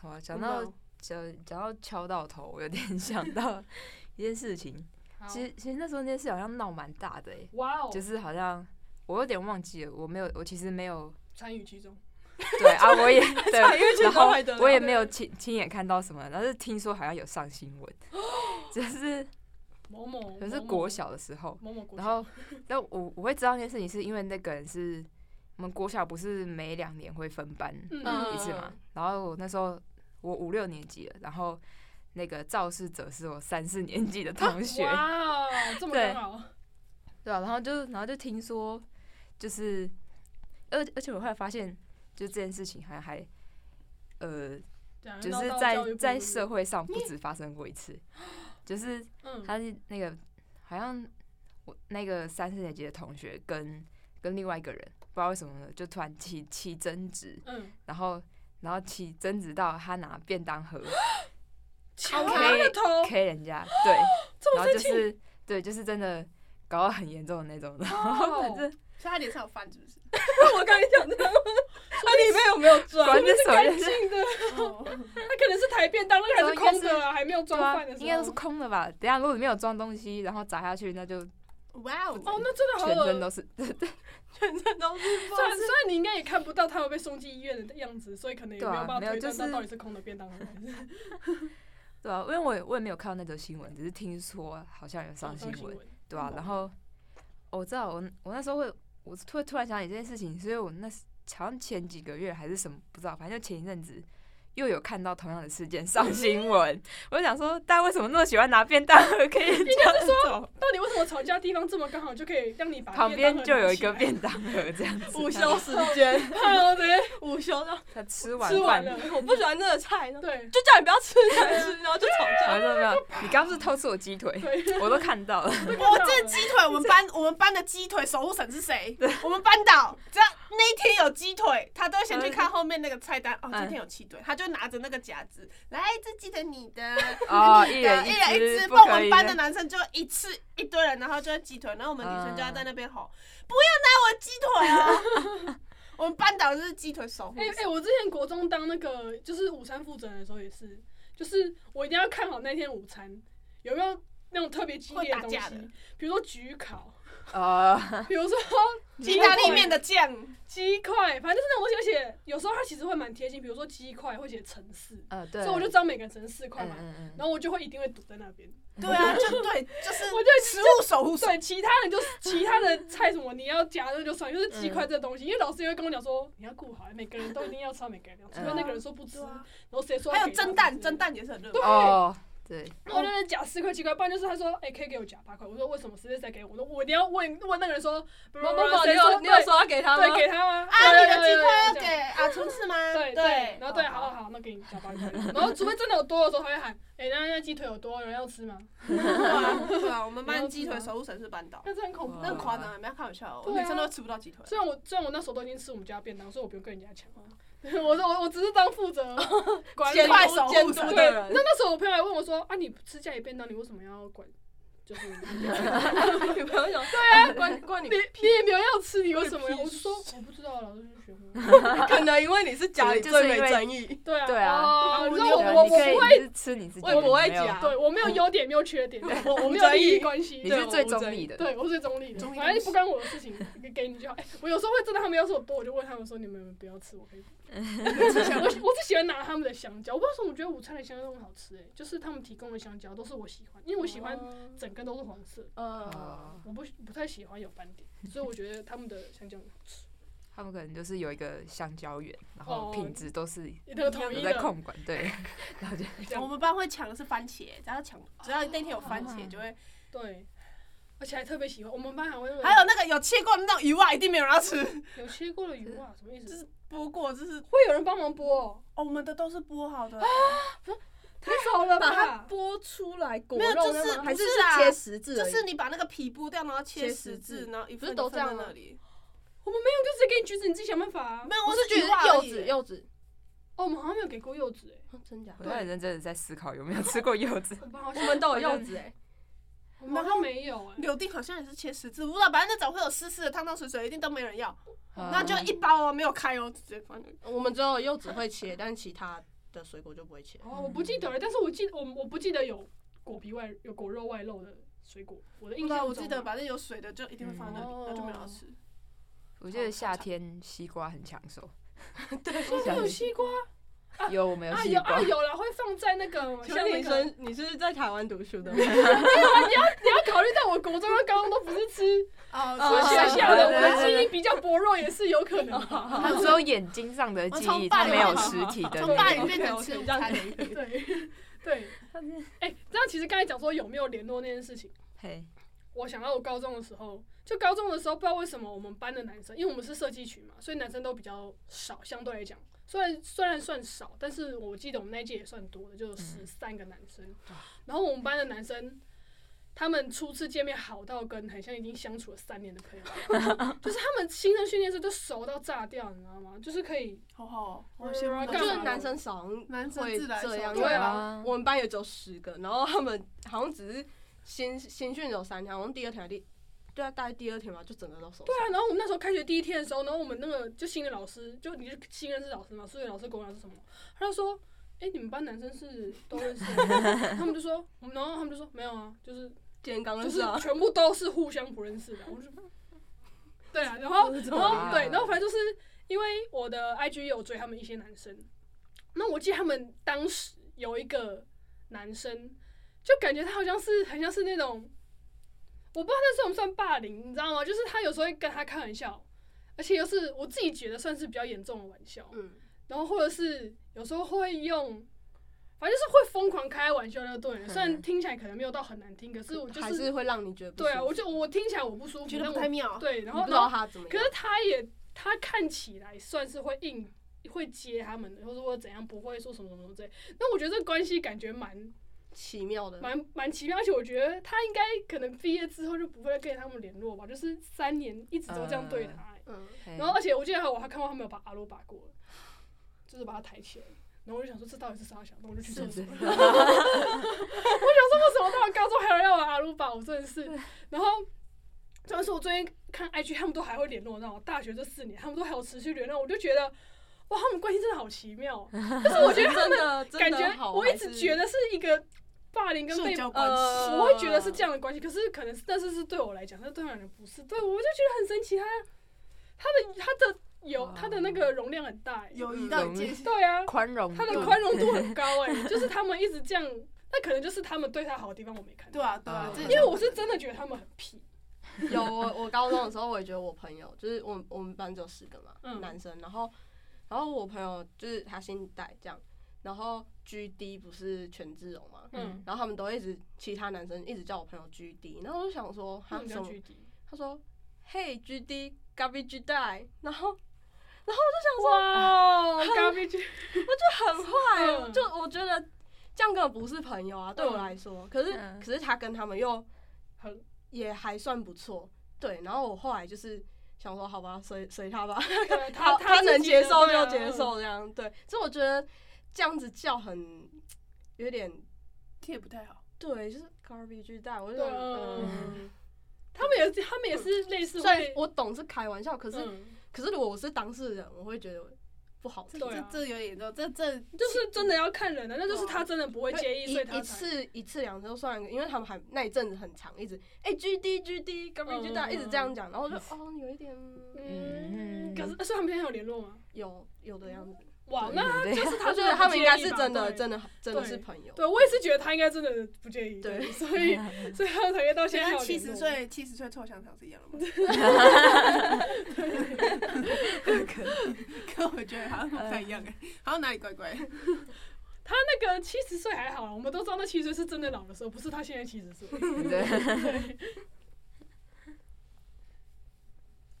[SPEAKER 1] 好啊，
[SPEAKER 4] 不
[SPEAKER 1] 讲
[SPEAKER 4] 知
[SPEAKER 1] 到
[SPEAKER 4] 道
[SPEAKER 1] 讲讲到敲到头，我有点想到 *laughs* 一件事情。其实其实那时候那件事好像闹蛮大的诶、
[SPEAKER 2] 哇哦，
[SPEAKER 1] 就是好像我有点忘记了，我没有，我其实没
[SPEAKER 2] *laughs*
[SPEAKER 1] 有
[SPEAKER 2] 参与其中，
[SPEAKER 1] 对啊，我也对，
[SPEAKER 4] 参与其
[SPEAKER 1] 然
[SPEAKER 4] 中
[SPEAKER 1] 后
[SPEAKER 4] 还得了
[SPEAKER 1] 我也没有亲亲眼看到什么，但是听说好像有上新
[SPEAKER 2] *gasps*
[SPEAKER 1] 闻，就是
[SPEAKER 2] 某某，
[SPEAKER 1] 可是
[SPEAKER 2] 某某
[SPEAKER 1] 国，小的时候，
[SPEAKER 2] 某某国
[SPEAKER 1] 然
[SPEAKER 2] 小， *laughs*
[SPEAKER 1] 后，但我我会知道那件事情，是因为那个人是我们国小不是每两年会分班
[SPEAKER 2] 嗯
[SPEAKER 1] 一次嘛，然后我那时候我五六年级了，然后那个肇事者是我三四年级的同嗯学，
[SPEAKER 2] 哇哦，这么
[SPEAKER 1] 对
[SPEAKER 2] 刚好，
[SPEAKER 1] 对啊，然后就然后就听说，就是，而而且我后来发现，就这件事情还还，呃，
[SPEAKER 2] 对啊
[SPEAKER 1] 就
[SPEAKER 2] 闹
[SPEAKER 1] 是
[SPEAKER 2] 到教
[SPEAKER 1] 在
[SPEAKER 2] 育部
[SPEAKER 1] 在
[SPEAKER 2] 是不是
[SPEAKER 1] 社会上不止发生过一次，就是
[SPEAKER 2] *laughs* 嗯
[SPEAKER 1] 他是那个好像我那个三四年级的同学跟跟另外一个人，不知道为什么呢，就突然起起争执，
[SPEAKER 2] 嗯，
[SPEAKER 1] 然后然后起争执到他拿便当盒
[SPEAKER 2] 哦敲
[SPEAKER 1] OK
[SPEAKER 2] 他的头，
[SPEAKER 1] K 人家，对，
[SPEAKER 2] *laughs* 这
[SPEAKER 1] 然
[SPEAKER 2] 么
[SPEAKER 1] 后
[SPEAKER 2] 生
[SPEAKER 1] 就
[SPEAKER 2] 气，
[SPEAKER 1] 是对，就是真的搞到很严重的那种，然后 *laughs* 啊反
[SPEAKER 2] 哦
[SPEAKER 1] 正
[SPEAKER 3] 所以他脸上有饭是不是？
[SPEAKER 2] *laughs*
[SPEAKER 4] 我刚才
[SPEAKER 1] *laughs*
[SPEAKER 4] 讲的，那里面有没有装？
[SPEAKER 1] 管这手
[SPEAKER 2] 干
[SPEAKER 1] 也是。
[SPEAKER 2] 净的，
[SPEAKER 3] 哦
[SPEAKER 2] 他可能是抬便当，那个还是空的啊，还没有
[SPEAKER 1] 对
[SPEAKER 2] 装
[SPEAKER 1] 啊
[SPEAKER 2] 饭的，时
[SPEAKER 1] 应
[SPEAKER 2] 候，
[SPEAKER 1] 该都是空的吧？等一下如果里面有装东西，然后砸下去，那就
[SPEAKER 3] 哇哦！
[SPEAKER 2] 哦，那真的好
[SPEAKER 1] 全身
[SPEAKER 2] 恶
[SPEAKER 1] 都是。 *laughs*
[SPEAKER 4] 全身都是
[SPEAKER 2] 虽然虽然你应该也看不到他们被送进医院的样子，所以可能也
[SPEAKER 1] 对
[SPEAKER 2] 没
[SPEAKER 1] 啊
[SPEAKER 2] 有办法
[SPEAKER 1] 没有
[SPEAKER 2] 推断
[SPEAKER 1] 就
[SPEAKER 2] 到
[SPEAKER 1] 是
[SPEAKER 2] 到底是空的便当
[SPEAKER 1] *laughs*
[SPEAKER 2] 盒还是
[SPEAKER 1] 对啊，因为我也我也没有看到那则新闻，只是听说好像有上
[SPEAKER 2] 上
[SPEAKER 1] 新
[SPEAKER 2] 哦新
[SPEAKER 1] 闻。
[SPEAKER 2] 闻。
[SPEAKER 1] 对啊，然后哦我知道我我那时候会，我突突然想起这件事情，所以我那时好像前几个月还是什么不知道，反正就前一阵子又有看到同样的事件上新闻，我就想说，大家为什么那么喜欢拿便当盒可以这样走？
[SPEAKER 2] 到底为什么吵架的地方这么刚好就可以让你把
[SPEAKER 1] 旁边就有一个
[SPEAKER 2] 便
[SPEAKER 1] 便当盒这样子，
[SPEAKER 4] 午休时 *laughs* 间，
[SPEAKER 2] 当盒拿起来？
[SPEAKER 4] 午休到
[SPEAKER 1] 他吃
[SPEAKER 2] 胖
[SPEAKER 1] 完
[SPEAKER 2] 的吃完
[SPEAKER 1] 饭，
[SPEAKER 2] 了，
[SPEAKER 4] 我不喜欢这个菜，然后
[SPEAKER 2] *laughs* 对
[SPEAKER 4] 就叫你不要吃才吃，然后就吵
[SPEAKER 1] 然
[SPEAKER 4] 架。
[SPEAKER 1] 后就没有，你刚不是偷吃我鸡腿，
[SPEAKER 2] 对，
[SPEAKER 1] 我都看到了，
[SPEAKER 2] 我
[SPEAKER 3] 我这鸡腿，我们班我们班的鸡腿守护神是谁？我们班导，只要那一天有鸡腿，他都会先去看后面那个菜单。哦，
[SPEAKER 1] 嗯
[SPEAKER 3] 今天有鸡腿，他就拿着那个夹子，来，这鸡腿你的，
[SPEAKER 1] 哦
[SPEAKER 3] 你
[SPEAKER 1] 一
[SPEAKER 3] 的，
[SPEAKER 1] 人一
[SPEAKER 3] 啊一人一
[SPEAKER 1] 只
[SPEAKER 3] 只。
[SPEAKER 1] 不
[SPEAKER 3] 不然我
[SPEAKER 1] 可以
[SPEAKER 3] 们班
[SPEAKER 1] 的
[SPEAKER 3] 的男生就一次一堆人，然后就会鸡腿，然后我们女生就要
[SPEAKER 1] 嗯
[SPEAKER 3] 在那边吼，不要拿我鸡腿哦。我们班导就是鸡腿守护
[SPEAKER 2] 哎
[SPEAKER 3] 神
[SPEAKER 2] 哎，。我之前国中当那个就是午餐负责人的时候也是，就是我一定要看好那天午餐有没有那种特别激烈的东
[SPEAKER 3] 会打架
[SPEAKER 2] 西
[SPEAKER 3] 的，
[SPEAKER 2] 比如说焗烤，
[SPEAKER 1] 呃，
[SPEAKER 2] 比如说
[SPEAKER 3] 意大利面的酱，
[SPEAKER 2] 鸡块，反正就是那种东西，而且有时候它其实会蛮贴心，比如说鸡块会写乘四，
[SPEAKER 1] 呃，对，
[SPEAKER 2] 所以我就知道每个人乘四块
[SPEAKER 1] 嗯
[SPEAKER 2] 嘛，
[SPEAKER 1] 嗯嗯，
[SPEAKER 2] 然后我就会一定会堵在那边。
[SPEAKER 3] 对
[SPEAKER 2] *laughs*
[SPEAKER 3] 啊，就对，就是
[SPEAKER 2] 我就
[SPEAKER 3] 食物守护神。
[SPEAKER 2] 对，其他人就是 *laughs* 其他的菜什么你要夹那就算，就是鸡块这
[SPEAKER 3] 嗯
[SPEAKER 2] 东西，因为老师也会跟我讲说你要顾好，啊每个人都一定要吃到每个人量，除非那个人说不吃，
[SPEAKER 3] 对啊
[SPEAKER 2] 然后谁说
[SPEAKER 3] 还
[SPEAKER 2] 要
[SPEAKER 3] 有
[SPEAKER 2] 给他
[SPEAKER 3] 蒸蛋，
[SPEAKER 2] 吃
[SPEAKER 3] 蒸，蛋也是很热门。
[SPEAKER 1] 哦，对，
[SPEAKER 2] 然后我就在那夹四块七块，不然就是他说哎可以给我夹八块，我说为什么谁谁谁给我，我说我一定要问问那个人说，某
[SPEAKER 4] 某某某，你
[SPEAKER 2] 谁
[SPEAKER 4] 有
[SPEAKER 2] 说
[SPEAKER 4] 你有说要给他
[SPEAKER 2] 对
[SPEAKER 4] 吗
[SPEAKER 2] 对？给他吗？
[SPEAKER 3] 啊，你的
[SPEAKER 2] 对
[SPEAKER 3] 鸡块要。
[SPEAKER 2] 对对对对
[SPEAKER 3] 给
[SPEAKER 2] 对
[SPEAKER 3] 阿春是吗？
[SPEAKER 2] 对
[SPEAKER 3] 对哦
[SPEAKER 2] 对，，然后对，好
[SPEAKER 3] *laughs*
[SPEAKER 2] 好好，那给你加八块。然后除非真的有多的时候，他会喊，哎，那那鸡腿有多，有人要吃吗？
[SPEAKER 3] 对啊对啊，我们班鸡腿守护神是班导，
[SPEAKER 2] 那这很恐怖，
[SPEAKER 3] 那很夸张啊，不要开玩笑哦，我
[SPEAKER 2] 对啊
[SPEAKER 3] 女生都吃不到鸡 *laughs* 腿。
[SPEAKER 2] 虽然我虽然我那时候都已经吃我们家便当，所以我不用跟人家抢。 *laughs* 我说我我只是当负
[SPEAKER 1] *laughs*
[SPEAKER 2] 责管理
[SPEAKER 4] 监
[SPEAKER 3] 快
[SPEAKER 4] 督
[SPEAKER 3] 手
[SPEAKER 4] 监督
[SPEAKER 2] 对，
[SPEAKER 4] 的
[SPEAKER 2] 那
[SPEAKER 4] 人，
[SPEAKER 2] 那时候我朋友还问我说啊，你吃家里便当，你为什么要管就是
[SPEAKER 1] *laughs*
[SPEAKER 4] 女朋友想对啊，关关你
[SPEAKER 2] 你你也没有要吃，你为什
[SPEAKER 1] *laughs*
[SPEAKER 2] 么
[SPEAKER 4] 关
[SPEAKER 2] 要？我
[SPEAKER 4] 你
[SPEAKER 2] 就
[SPEAKER 4] 屁事
[SPEAKER 2] 说我不知道，老师就学过。
[SPEAKER 4] 可能因为你是家里
[SPEAKER 1] 就是
[SPEAKER 4] 最
[SPEAKER 1] 因
[SPEAKER 4] 没
[SPEAKER 1] 为
[SPEAKER 4] 争议，
[SPEAKER 2] 对啊，
[SPEAKER 1] 对啊
[SPEAKER 2] 哦你知道
[SPEAKER 4] 我
[SPEAKER 2] 我
[SPEAKER 1] 对啊
[SPEAKER 2] 我我
[SPEAKER 1] 你
[SPEAKER 2] 不
[SPEAKER 1] 可以嗯
[SPEAKER 2] 会，
[SPEAKER 1] 就是吃你自己
[SPEAKER 4] 我
[SPEAKER 1] 的，
[SPEAKER 4] 也不会
[SPEAKER 1] 没有
[SPEAKER 4] 讲
[SPEAKER 2] 对我没有优点，没有缺
[SPEAKER 1] *laughs*
[SPEAKER 2] 点，*laughs*
[SPEAKER 4] 我
[SPEAKER 2] 我
[SPEAKER 4] 我
[SPEAKER 2] 没
[SPEAKER 4] 们
[SPEAKER 2] 有
[SPEAKER 4] 争
[SPEAKER 2] 利益
[SPEAKER 4] 议。
[SPEAKER 2] 关系，
[SPEAKER 1] 你
[SPEAKER 2] 对
[SPEAKER 1] 是
[SPEAKER 2] 我
[SPEAKER 1] 最
[SPEAKER 2] 不
[SPEAKER 1] 中
[SPEAKER 2] 争
[SPEAKER 1] 立的，
[SPEAKER 2] 对，我是中立的，
[SPEAKER 3] 中立
[SPEAKER 2] 反正
[SPEAKER 3] 公
[SPEAKER 2] 不干我的事情，给给你就好。哎， *laughs* 我有时候会真的他们要是有多，我就问他们说：“你们不要吃，我可以补。”我喜我是喜欢拿他们的香蕉，我不知道为什么我觉得午餐的香蕉都很好吃，哎，就是他们提供的香蕉都是我喜欢，因为
[SPEAKER 4] 哦
[SPEAKER 2] 我喜欢整根都是黄色，
[SPEAKER 4] 呃，
[SPEAKER 1] 哦
[SPEAKER 2] 我不不太喜欢有斑点，所以我觉得他们的香蕉很好吃，
[SPEAKER 1] 他们可能就是有一个香蕉园，然
[SPEAKER 2] 哦
[SPEAKER 1] 后品质都是
[SPEAKER 2] 也都统
[SPEAKER 1] 都
[SPEAKER 2] 一
[SPEAKER 1] 在
[SPEAKER 2] 的。
[SPEAKER 1] 控管，
[SPEAKER 2] *laughs*
[SPEAKER 1] 对，然后就
[SPEAKER 2] 这样
[SPEAKER 3] 我们班会抢的是番茄，只要抢，只要那天有番茄就会。
[SPEAKER 2] 对，而且还特别喜欢，我们班还会那个
[SPEAKER 3] 还有那个有切过的那种鱼啊袜，一定没有人要吃。
[SPEAKER 2] 有切过的鱼啊，什么意
[SPEAKER 3] 就是
[SPEAKER 2] 思？
[SPEAKER 3] 剥过，就是
[SPEAKER 2] 会有人帮忙剥哦，
[SPEAKER 3] 哦，我们的都是剥好的，
[SPEAKER 2] 太好了
[SPEAKER 4] 把它
[SPEAKER 2] 吧？
[SPEAKER 4] 剥出来果
[SPEAKER 3] 没有
[SPEAKER 4] 肉
[SPEAKER 3] 就
[SPEAKER 4] 那
[SPEAKER 3] 是
[SPEAKER 4] 吗还
[SPEAKER 3] 不
[SPEAKER 4] 是
[SPEAKER 3] 是啊
[SPEAKER 4] 切十字
[SPEAKER 3] 就
[SPEAKER 4] 而已，
[SPEAKER 3] 是你把那个皮剥掉，然后切
[SPEAKER 4] 切
[SPEAKER 3] 十
[SPEAKER 4] 十
[SPEAKER 3] 字，
[SPEAKER 4] 字
[SPEAKER 3] 然后一
[SPEAKER 4] 不是
[SPEAKER 3] 份
[SPEAKER 4] 都
[SPEAKER 3] 一份
[SPEAKER 4] 这样
[SPEAKER 3] 在那
[SPEAKER 4] 吗
[SPEAKER 3] 里。
[SPEAKER 2] 我们没有，就直接给你橘子，你自己想办法啊。
[SPEAKER 3] 没有，
[SPEAKER 4] 不
[SPEAKER 3] 我
[SPEAKER 4] 是橘
[SPEAKER 3] 橘
[SPEAKER 4] 子
[SPEAKER 3] 袜
[SPEAKER 4] 柚
[SPEAKER 3] 而已
[SPEAKER 4] 子柚子，
[SPEAKER 2] 哦，我们好像没有给过柚子哎、，
[SPEAKER 4] 哦真假
[SPEAKER 1] 我
[SPEAKER 4] 的？
[SPEAKER 1] 都很认真的在思考有没有吃过柚子
[SPEAKER 2] *laughs* 我们好
[SPEAKER 3] *laughs*
[SPEAKER 4] 我
[SPEAKER 2] 像
[SPEAKER 4] 们都有柚子哎，
[SPEAKER 2] 我们好像没有哎、
[SPEAKER 3] 柳丁好像也是切十字，不知道，反正那种会有湿湿的、汤汤水水，一定都没人要。
[SPEAKER 1] 嗯
[SPEAKER 3] 那就一包哦，没有开哦，直接放那里。
[SPEAKER 4] 我们只有柚子会切，但其他的水果就不会切。
[SPEAKER 2] 哦，我不记得了，但是我记得我我不记得有果皮外有果肉外露的水果，我的
[SPEAKER 3] 不
[SPEAKER 2] 印
[SPEAKER 3] 知道，
[SPEAKER 2] 象啊
[SPEAKER 3] 我记得，
[SPEAKER 2] 吧？
[SPEAKER 3] 反正有水的就一定会放在那里，
[SPEAKER 2] 嗯
[SPEAKER 3] 然后就没有人要吃。
[SPEAKER 1] 我记得夏天西瓜很抢手，
[SPEAKER 2] 现在有西瓜
[SPEAKER 1] 有我们有
[SPEAKER 2] 啊，
[SPEAKER 1] 西
[SPEAKER 2] 有
[SPEAKER 1] 瓜
[SPEAKER 2] 啊，有了，会放在那个
[SPEAKER 4] 请
[SPEAKER 2] 像
[SPEAKER 4] 问
[SPEAKER 2] 那
[SPEAKER 4] 你
[SPEAKER 2] 个，
[SPEAKER 4] 是你是在台湾读书的吗？
[SPEAKER 2] 你要考虑到我国中和高中都不是吃
[SPEAKER 3] 哦
[SPEAKER 4] 哦
[SPEAKER 2] 吃
[SPEAKER 4] 是
[SPEAKER 2] 学校的，我
[SPEAKER 1] 对
[SPEAKER 2] 的
[SPEAKER 1] 对对
[SPEAKER 2] 记忆比较薄弱，也是有可能吧。
[SPEAKER 1] 他只有眼睛上的记
[SPEAKER 3] 我从
[SPEAKER 1] 忆，他
[SPEAKER 3] 霸凌
[SPEAKER 1] 没有实体的
[SPEAKER 3] 从霸
[SPEAKER 1] 那
[SPEAKER 3] 凌
[SPEAKER 1] 种。
[SPEAKER 3] 变成吃午餐， *laughs*
[SPEAKER 2] 对 *laughs* 对，哎、那其实刚才讲说有没有联络那件事情。
[SPEAKER 1] 嘿，
[SPEAKER 2] 我想到我高中的时候，就高中的时候，不知道为什么我们班的男生，因为我们是设计群嘛，所以男生都比较少，相对来讲，虽然虽然算少，但是我记得我们那一届也算多的，就有十三个男生。然后我们班的男生，他们初次见面好到跟很像已经相处了三年的朋友， *laughs* 就是他们新生训练时都熟到炸掉，你知道吗？就是可以，
[SPEAKER 3] 好好，我
[SPEAKER 2] 羡
[SPEAKER 3] 先
[SPEAKER 2] 慕
[SPEAKER 4] 就
[SPEAKER 2] 干嘛
[SPEAKER 4] 是男生少，
[SPEAKER 3] 男生
[SPEAKER 4] 会
[SPEAKER 3] 自来
[SPEAKER 4] 这
[SPEAKER 3] 熟
[SPEAKER 4] 样，因
[SPEAKER 2] 对
[SPEAKER 4] 为
[SPEAKER 1] 啊
[SPEAKER 4] 我们班也只有十个，然后他们好像只是新新训有三天，好像第二天还第对啊，大概第二天吧，就整个都受
[SPEAKER 2] 对
[SPEAKER 4] 伤。
[SPEAKER 2] 啊。然后我们那时候开学第一天的时候，然后我们那个就新的老师，就你就新认识老师嘛，数学老师跟我讲是什么，他就说。哎、你们班男生是都认识的吗， *laughs* 他们就说，然后他们就说没有啊，就是
[SPEAKER 4] 今天刚
[SPEAKER 2] 就
[SPEAKER 4] 认识
[SPEAKER 2] 是 *laughs*
[SPEAKER 4] 啊，
[SPEAKER 2] 全部都是互相不认识的。
[SPEAKER 4] *laughs*
[SPEAKER 2] 我就对啊，然后然后对，然后反正就是因为我的 IG 有追他们一些男生，那我记得他们当时有一个男生，就感觉他好像是很像是那种，我不知道那算不算霸凌，你知道吗？就是他有时候会跟他开玩笑，而且又是我自己觉得算是比较严重的玩笑，
[SPEAKER 4] 嗯，
[SPEAKER 2] 然后或者是有时候会用。反正就是会疯狂开玩笑就对了，虽然听起来可能没有到很难听，可是我就
[SPEAKER 4] 嗯还
[SPEAKER 2] 是
[SPEAKER 4] 是会让你觉得不
[SPEAKER 2] 对啊，
[SPEAKER 4] 舒服
[SPEAKER 2] 我就我听起来我不舒服，
[SPEAKER 3] 觉得
[SPEAKER 2] 但
[SPEAKER 3] 不太妙
[SPEAKER 2] 我。对，然
[SPEAKER 4] 你
[SPEAKER 2] 后
[SPEAKER 4] 不知道
[SPEAKER 2] 然后
[SPEAKER 4] 他怎么
[SPEAKER 2] 可
[SPEAKER 4] 样
[SPEAKER 2] 是，他也他看起来算是会硬会接他们的，或者说怎样不会说什么什么什么之类。那我觉得这关系感觉蛮
[SPEAKER 4] 奇妙的，
[SPEAKER 2] 蛮蛮奇妙，而且我觉得他应该可能毕业之后就不会再跟他们联络吧，就是三年一直都这样对他、欸
[SPEAKER 4] 嗯，
[SPEAKER 1] 嘿
[SPEAKER 2] 然后而且我记得还有我还看过他们有把阿罗把过了，就是把他抬起来。然后我就想说，这到底是啥想？那我就去厕
[SPEAKER 1] 是
[SPEAKER 2] 所 *laughs*
[SPEAKER 1] 是。
[SPEAKER 2] 为什么到了高中还有人要玩阿鲁巴？我真的是。然后，主要是我最近看 IG，他们都还会联络，然后大学这四年，他们都还有持续联络，我就觉得，哇，他们关系真的好奇妙。
[SPEAKER 4] 但是我觉得真的
[SPEAKER 2] 感
[SPEAKER 4] 真的
[SPEAKER 2] 觉
[SPEAKER 4] 好，
[SPEAKER 2] 我一直觉
[SPEAKER 4] 得
[SPEAKER 2] 得是一个霸凌跟
[SPEAKER 3] 嗯
[SPEAKER 2] 被
[SPEAKER 3] 社，交关系，
[SPEAKER 4] 呃，
[SPEAKER 2] 我会觉得是这样的关系。可是可能是，但是是对我来讲，那对他来讲不是。对我就觉得很神奇，他他的他的有他的那个容量很大、欸，
[SPEAKER 3] 友谊到底界限。
[SPEAKER 2] 对啊，
[SPEAKER 1] 宽容，
[SPEAKER 2] 他的宽容度很高哎、
[SPEAKER 4] *laughs*
[SPEAKER 2] 就是他们一直这样，那可能就是他们对他好的地方我没看到
[SPEAKER 3] 对。啊，对啊
[SPEAKER 1] 嗯，
[SPEAKER 3] 这
[SPEAKER 2] 哦因为我是真的觉得他们很屁，
[SPEAKER 4] *laughs* 有我我高中的时候，我也觉得我朋友就是我们我们班只有十个嘛，
[SPEAKER 2] 嗯
[SPEAKER 4] 男生，然后然后我朋友就是他新一代这样，然后 G D 不是全智荣嘛，
[SPEAKER 2] 嗯
[SPEAKER 1] 嗯，
[SPEAKER 4] 然后他们都一直其他男生一直叫我朋友 G D，然后我就想说
[SPEAKER 2] 他
[SPEAKER 4] 他
[SPEAKER 2] 们比
[SPEAKER 4] 什
[SPEAKER 2] 较
[SPEAKER 4] 么？
[SPEAKER 2] 具体。
[SPEAKER 4] 他说嘿 G D garbage G 代，然后哦 *laughs*
[SPEAKER 2] 哇，garbage，
[SPEAKER 4] 就很坏，哦
[SPEAKER 2] 嗯
[SPEAKER 4] 就我觉得这样根本不是朋友啊，对我来说，可是、
[SPEAKER 1] 嗯
[SPEAKER 4] 可是他跟他们又
[SPEAKER 2] 很
[SPEAKER 4] 也还算不错，对，然后我后来就是想说好吧，随随他吧。
[SPEAKER 2] 对
[SPEAKER 4] 他
[SPEAKER 2] 他
[SPEAKER 4] 他
[SPEAKER 2] 自己
[SPEAKER 4] 能接
[SPEAKER 2] 的
[SPEAKER 4] 受
[SPEAKER 2] 对啊
[SPEAKER 4] 就接受这样，对。所以我觉得这样子叫很有点，
[SPEAKER 3] 这也不太好。
[SPEAKER 4] 对，就是 garbage 蛋，我就
[SPEAKER 2] 对
[SPEAKER 4] 想，
[SPEAKER 2] 啊
[SPEAKER 4] 嗯，
[SPEAKER 2] 他们也是，他们也是类似
[SPEAKER 4] 虽然
[SPEAKER 2] 会，
[SPEAKER 4] 我懂是开玩笑，可是
[SPEAKER 2] 嗯
[SPEAKER 4] 可是如果我是当事人，我会觉得不好听。
[SPEAKER 2] 对
[SPEAKER 3] 这
[SPEAKER 2] 啊
[SPEAKER 3] 这有点严重，这这
[SPEAKER 2] 就是真的要看人的，那就是
[SPEAKER 4] 对啊
[SPEAKER 2] 他真的不会介意，
[SPEAKER 4] 一
[SPEAKER 2] 所以他
[SPEAKER 4] 一
[SPEAKER 2] 才
[SPEAKER 4] 次一次两次都算一个，因为他们还那一阵子很长，一直哎、G D G D garbage 蛋、一直这样讲，然后我就哦有一点
[SPEAKER 2] 嗯，
[SPEAKER 1] 嗯
[SPEAKER 2] 可是所以他们现在有联络吗？
[SPEAKER 4] 有有的样子，
[SPEAKER 2] 哇，那
[SPEAKER 1] 对
[SPEAKER 2] 就是
[SPEAKER 4] 我
[SPEAKER 2] 他
[SPEAKER 4] 觉
[SPEAKER 2] 真的
[SPEAKER 4] 得
[SPEAKER 2] 不
[SPEAKER 4] 他们应该
[SPEAKER 2] 介意
[SPEAKER 4] 是
[SPEAKER 2] 吧
[SPEAKER 4] 真的
[SPEAKER 2] 对
[SPEAKER 4] 真的真的是
[SPEAKER 2] 对
[SPEAKER 4] 朋友，
[SPEAKER 2] 对，我也是觉得他应该真的不介意，
[SPEAKER 4] 对
[SPEAKER 2] 所
[SPEAKER 4] *laughs*
[SPEAKER 2] 以
[SPEAKER 1] *laughs*
[SPEAKER 2] 所以他才会到现在还有
[SPEAKER 3] 跟
[SPEAKER 2] 联
[SPEAKER 3] 七十
[SPEAKER 2] 络，
[SPEAKER 3] 岁七十岁臭香肠是一样的吗？ *laughs* 跟我觉得好像不太一样
[SPEAKER 2] *laughs*
[SPEAKER 3] 哎，好像哪里怪怪。
[SPEAKER 2] 他那个七十岁还好，我们都知道那七十岁是真的老的时候，不是他现在七十
[SPEAKER 4] *laughs*
[SPEAKER 2] 岁。
[SPEAKER 1] 对，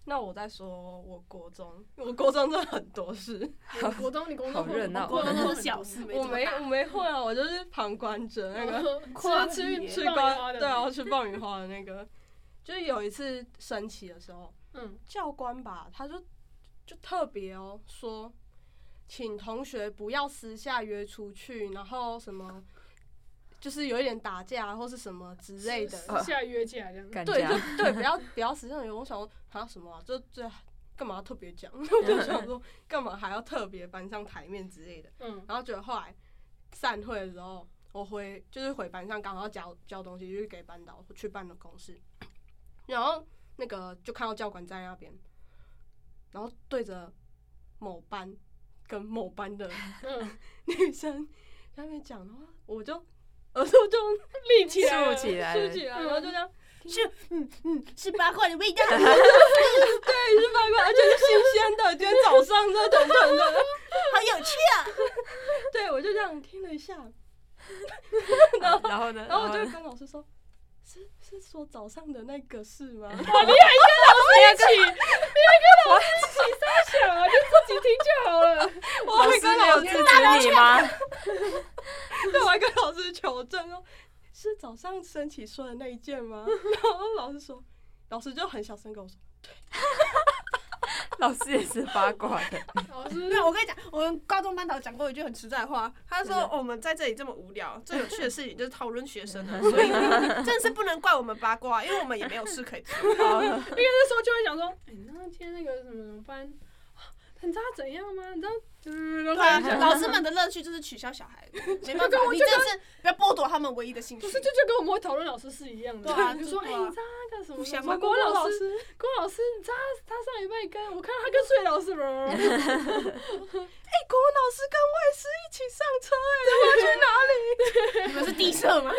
[SPEAKER 4] 那我再说，我国中，我国中真的很
[SPEAKER 2] *laughs*
[SPEAKER 4] 多事，
[SPEAKER 2] 我国中你国中
[SPEAKER 1] 好热闹
[SPEAKER 2] 国
[SPEAKER 3] 我
[SPEAKER 2] 中
[SPEAKER 3] 们
[SPEAKER 2] 很
[SPEAKER 4] 哦 *laughs*
[SPEAKER 3] 都
[SPEAKER 2] 多
[SPEAKER 3] 是小事，没
[SPEAKER 4] 我
[SPEAKER 3] 怎么
[SPEAKER 4] 没
[SPEAKER 3] 大
[SPEAKER 4] 我没会啊，我就是旁观者那
[SPEAKER 2] 哦
[SPEAKER 4] 个。 *laughs*
[SPEAKER 2] 夸
[SPEAKER 3] 吃
[SPEAKER 4] 吃
[SPEAKER 2] 爆米花
[SPEAKER 4] 光
[SPEAKER 2] 的
[SPEAKER 4] 对啊，吃爆米花的那个，就是有一次升旗的时候，
[SPEAKER 2] 嗯，
[SPEAKER 4] 教官吧，他就就特别哦说，请同学不要私下约出去，然后什么，就是有一点打架或是什么之类的，
[SPEAKER 2] 私下约架这样。
[SPEAKER 1] 干
[SPEAKER 4] 对，
[SPEAKER 1] 架
[SPEAKER 4] 就对，不要不要私下约。我想说啊什么 *laughs* 啊，就这干嘛要特别讲？ *laughs* 我就想说干嘛还要特别搬上台面之类的。
[SPEAKER 2] 嗯，
[SPEAKER 4] 然后就后来散会的时候，我回就是回班上，刚好要交交东西，就是给班导去办的公室，然后那个就看到教官站在那边，然后对着某班跟某班的
[SPEAKER 2] 嗯，
[SPEAKER 4] 女生在那边讲的话，我就耳朵就
[SPEAKER 2] 立起来了，
[SPEAKER 1] 竖起来嗯
[SPEAKER 4] 竖起来，然后就这样
[SPEAKER 3] 是嗯嗯是八卦的味道。 *laughs*
[SPEAKER 4] 对，是八卦，而且是新鲜的，今天早上热腾腾的，
[SPEAKER 3] 好有趣啊！
[SPEAKER 4] *laughs* 对我就这样听了一下，
[SPEAKER 1] 然后呢，
[SPEAKER 4] 然后我
[SPEAKER 1] 呢
[SPEAKER 4] 就跟老师说，是是说早上的那个事 *laughs* 吗？
[SPEAKER 2] 一
[SPEAKER 4] *laughs*
[SPEAKER 2] 起，你还跟老师一起撒小啊，就自己听就好了。
[SPEAKER 4] *laughs* 我
[SPEAKER 1] 老
[SPEAKER 4] 还
[SPEAKER 1] 师
[SPEAKER 4] 跟
[SPEAKER 1] 没有
[SPEAKER 4] 老
[SPEAKER 1] 制
[SPEAKER 4] 师
[SPEAKER 1] 止你吗？
[SPEAKER 4] 对，我还跟老师求证哦，是早上升旗说的那一件 *laughs* 吗？然后老师说，老师就很小声跟我说，
[SPEAKER 1] *laughs* 老师也是八卦
[SPEAKER 4] *laughs*
[SPEAKER 1] 的，
[SPEAKER 2] 老师
[SPEAKER 3] 对，我跟你讲，我们高中班导讲过一句很实在的话，他说、
[SPEAKER 1] 是
[SPEAKER 3] 哦我们在这里这么无聊，最有趣的事情就是讨论学 *laughs* 生了，啊所以真的是不能怪我们八卦，因为我们也没有事可以 *laughs* 做。哦
[SPEAKER 2] *laughs* 应该那时候就会想说，哎、那天那个什么什么班，你知道他怎样吗？你知道，嗯，然
[SPEAKER 3] 对
[SPEAKER 2] 后他
[SPEAKER 3] 啊
[SPEAKER 2] 就想，
[SPEAKER 3] 老师们的乐趣就是取笑小孩，没办法
[SPEAKER 2] 就跟，我
[SPEAKER 3] 你
[SPEAKER 2] 就
[SPEAKER 3] 真的是不要剥夺他们唯一的兴趣
[SPEAKER 2] 不。是，就就跟我们会讨论老师是一样的，
[SPEAKER 3] 对啊
[SPEAKER 2] *laughs* 就说，哎、
[SPEAKER 3] 对啊
[SPEAKER 2] 你知道那个什么
[SPEAKER 3] 互
[SPEAKER 2] 什
[SPEAKER 3] 相
[SPEAKER 2] 么
[SPEAKER 3] 嘛
[SPEAKER 2] 国文
[SPEAKER 4] 郭
[SPEAKER 2] 老
[SPEAKER 4] 老
[SPEAKER 2] 师，
[SPEAKER 4] 师，
[SPEAKER 2] 郭老师，你知道他他上礼拜跟我看到他跟睡老师 *laughs* 吗？
[SPEAKER 4] 哎，国文老师跟外师一起上车、哎，他们去哪里？
[SPEAKER 3] 你们是低社吗？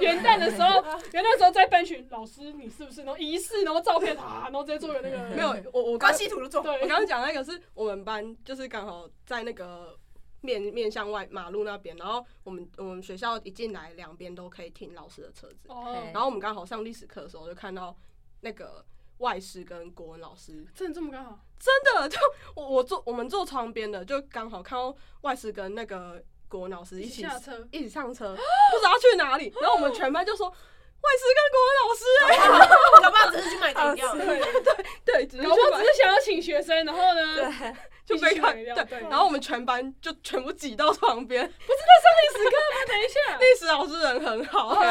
[SPEAKER 2] 元旦的时候，元旦的时候在班群，老师你是不是？然后仪式，然后照片啊，然后直接做个那个
[SPEAKER 4] 没有，我我
[SPEAKER 3] 关
[SPEAKER 4] 刚
[SPEAKER 3] 系图都做
[SPEAKER 2] *laughs*
[SPEAKER 3] 好。
[SPEAKER 4] 我刚刚讲那个是我们班，就是刚好在那个。面面向外马路那边，然后我们我们学校一进来，两边都可以停老师的车子。
[SPEAKER 2] 哦，
[SPEAKER 4] 然后我们刚好上历史课的时候，就看到那个外师跟国文老师
[SPEAKER 2] 真的这么刚好？
[SPEAKER 4] 真的，就我我坐我们坐窗边的，就刚好看到外师跟那个国文老师一
[SPEAKER 2] 一起
[SPEAKER 4] 起
[SPEAKER 2] 下车，
[SPEAKER 4] 一起上车，不知道去哪里。然后我们全班就说外师跟
[SPEAKER 3] 啊
[SPEAKER 4] 国文老师、啊
[SPEAKER 3] 搞不好只是去买饮 *laughs* 料。
[SPEAKER 2] 对，
[SPEAKER 4] 哎， *laughs* 对，只是去
[SPEAKER 2] 搞不好
[SPEAKER 4] 买
[SPEAKER 2] 只是想要请学生，然后呢，啊
[SPEAKER 4] 就
[SPEAKER 2] 一
[SPEAKER 4] 被看
[SPEAKER 2] 起去买饮料对
[SPEAKER 4] 对，然后我们全班就全部挤到窗边。
[SPEAKER 2] 历史课吗？等一下，
[SPEAKER 4] 历史老师人很好，所以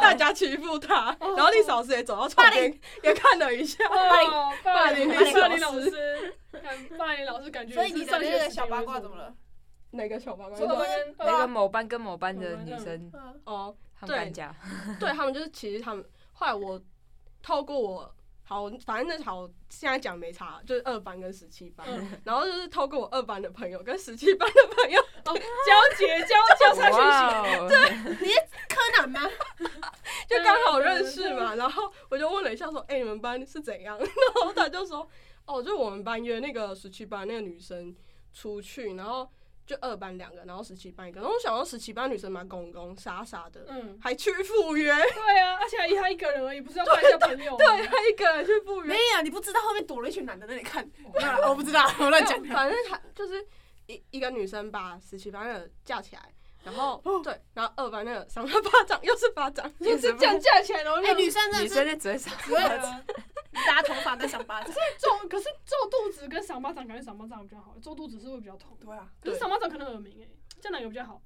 [SPEAKER 4] 大家欺负他。
[SPEAKER 2] 哦
[SPEAKER 4] 然后历史老师也走到窗边也看了一下，
[SPEAKER 2] 哦， *laughs* 霸
[SPEAKER 4] 霸
[SPEAKER 2] 凌
[SPEAKER 4] 凌
[SPEAKER 2] 霸
[SPEAKER 4] 霸
[SPEAKER 2] 凌
[SPEAKER 4] 凌
[SPEAKER 2] 老
[SPEAKER 4] 老
[SPEAKER 2] 师，看霸凌老师感觉
[SPEAKER 3] 所以
[SPEAKER 2] 也是
[SPEAKER 3] 你的
[SPEAKER 2] 上学
[SPEAKER 3] 那
[SPEAKER 2] 时
[SPEAKER 3] 个
[SPEAKER 2] 期
[SPEAKER 3] 小八
[SPEAKER 2] 会
[SPEAKER 3] 卦
[SPEAKER 2] 做
[SPEAKER 3] 怎么？了？
[SPEAKER 4] 哪个小班
[SPEAKER 2] 说
[SPEAKER 3] 我
[SPEAKER 2] 到
[SPEAKER 4] 官？
[SPEAKER 3] 们
[SPEAKER 2] 跟
[SPEAKER 1] 那个某班跟某班的女生，
[SPEAKER 3] 嗯，
[SPEAKER 4] 哦，
[SPEAKER 1] 他们干架，
[SPEAKER 4] 对他们就是，其实他们后来我透过我好，反正那好，现在讲没差，就是二班跟十七班，
[SPEAKER 2] 嗯
[SPEAKER 4] 然后就是透过我二班的朋友跟十七班的朋友，
[SPEAKER 2] 交结交交叉学习，
[SPEAKER 1] 哇哦，对，
[SPEAKER 3] 柯南吗？
[SPEAKER 4] 就刚好认识
[SPEAKER 3] 嗯
[SPEAKER 4] 嘛，然后我就问了一下说，哎、你们班是怎样？ *laughs* 然后他就说，哦，就我们班约那个十七班那个女生出去，然后就二班两个，然后十七班一个，然后我想到十七班女生蛮公公傻傻的，
[SPEAKER 2] 嗯，
[SPEAKER 4] 还去赴
[SPEAKER 2] *laughs*
[SPEAKER 4] 约，
[SPEAKER 2] 对啊，而且还他一个人而已，不是要带一下朋友吗，
[SPEAKER 4] 对，
[SPEAKER 3] 啊
[SPEAKER 4] 她一个人去赴约
[SPEAKER 3] 没，有，啊你不知道后面躲了一群男的在那里看。没有啦，我不知道，我乱讲
[SPEAKER 4] 没有
[SPEAKER 3] 的。
[SPEAKER 4] 反正他就是一一个女生把十七班那个架起来，然后
[SPEAKER 3] 哦
[SPEAKER 4] 对，然后二班那个赏她巴掌，又是巴掌，
[SPEAKER 2] *laughs* 就
[SPEAKER 4] 就是
[SPEAKER 2] 是这样架起来，然后
[SPEAKER 3] 哎，
[SPEAKER 2] 让
[SPEAKER 3] 女生
[SPEAKER 1] *laughs*
[SPEAKER 3] 真
[SPEAKER 1] 女
[SPEAKER 3] 的是
[SPEAKER 1] 生在嘴上，
[SPEAKER 3] 只会拉头发跟想巴掌。
[SPEAKER 2] 皱，可是皱肚子跟赏巴掌感觉赏巴掌比较好，皱肚子是会比较痛，
[SPEAKER 3] *laughs* 对啊，
[SPEAKER 2] 可是
[SPEAKER 4] 对
[SPEAKER 2] 赏巴掌可能耳鸣哎，这哪个比较好？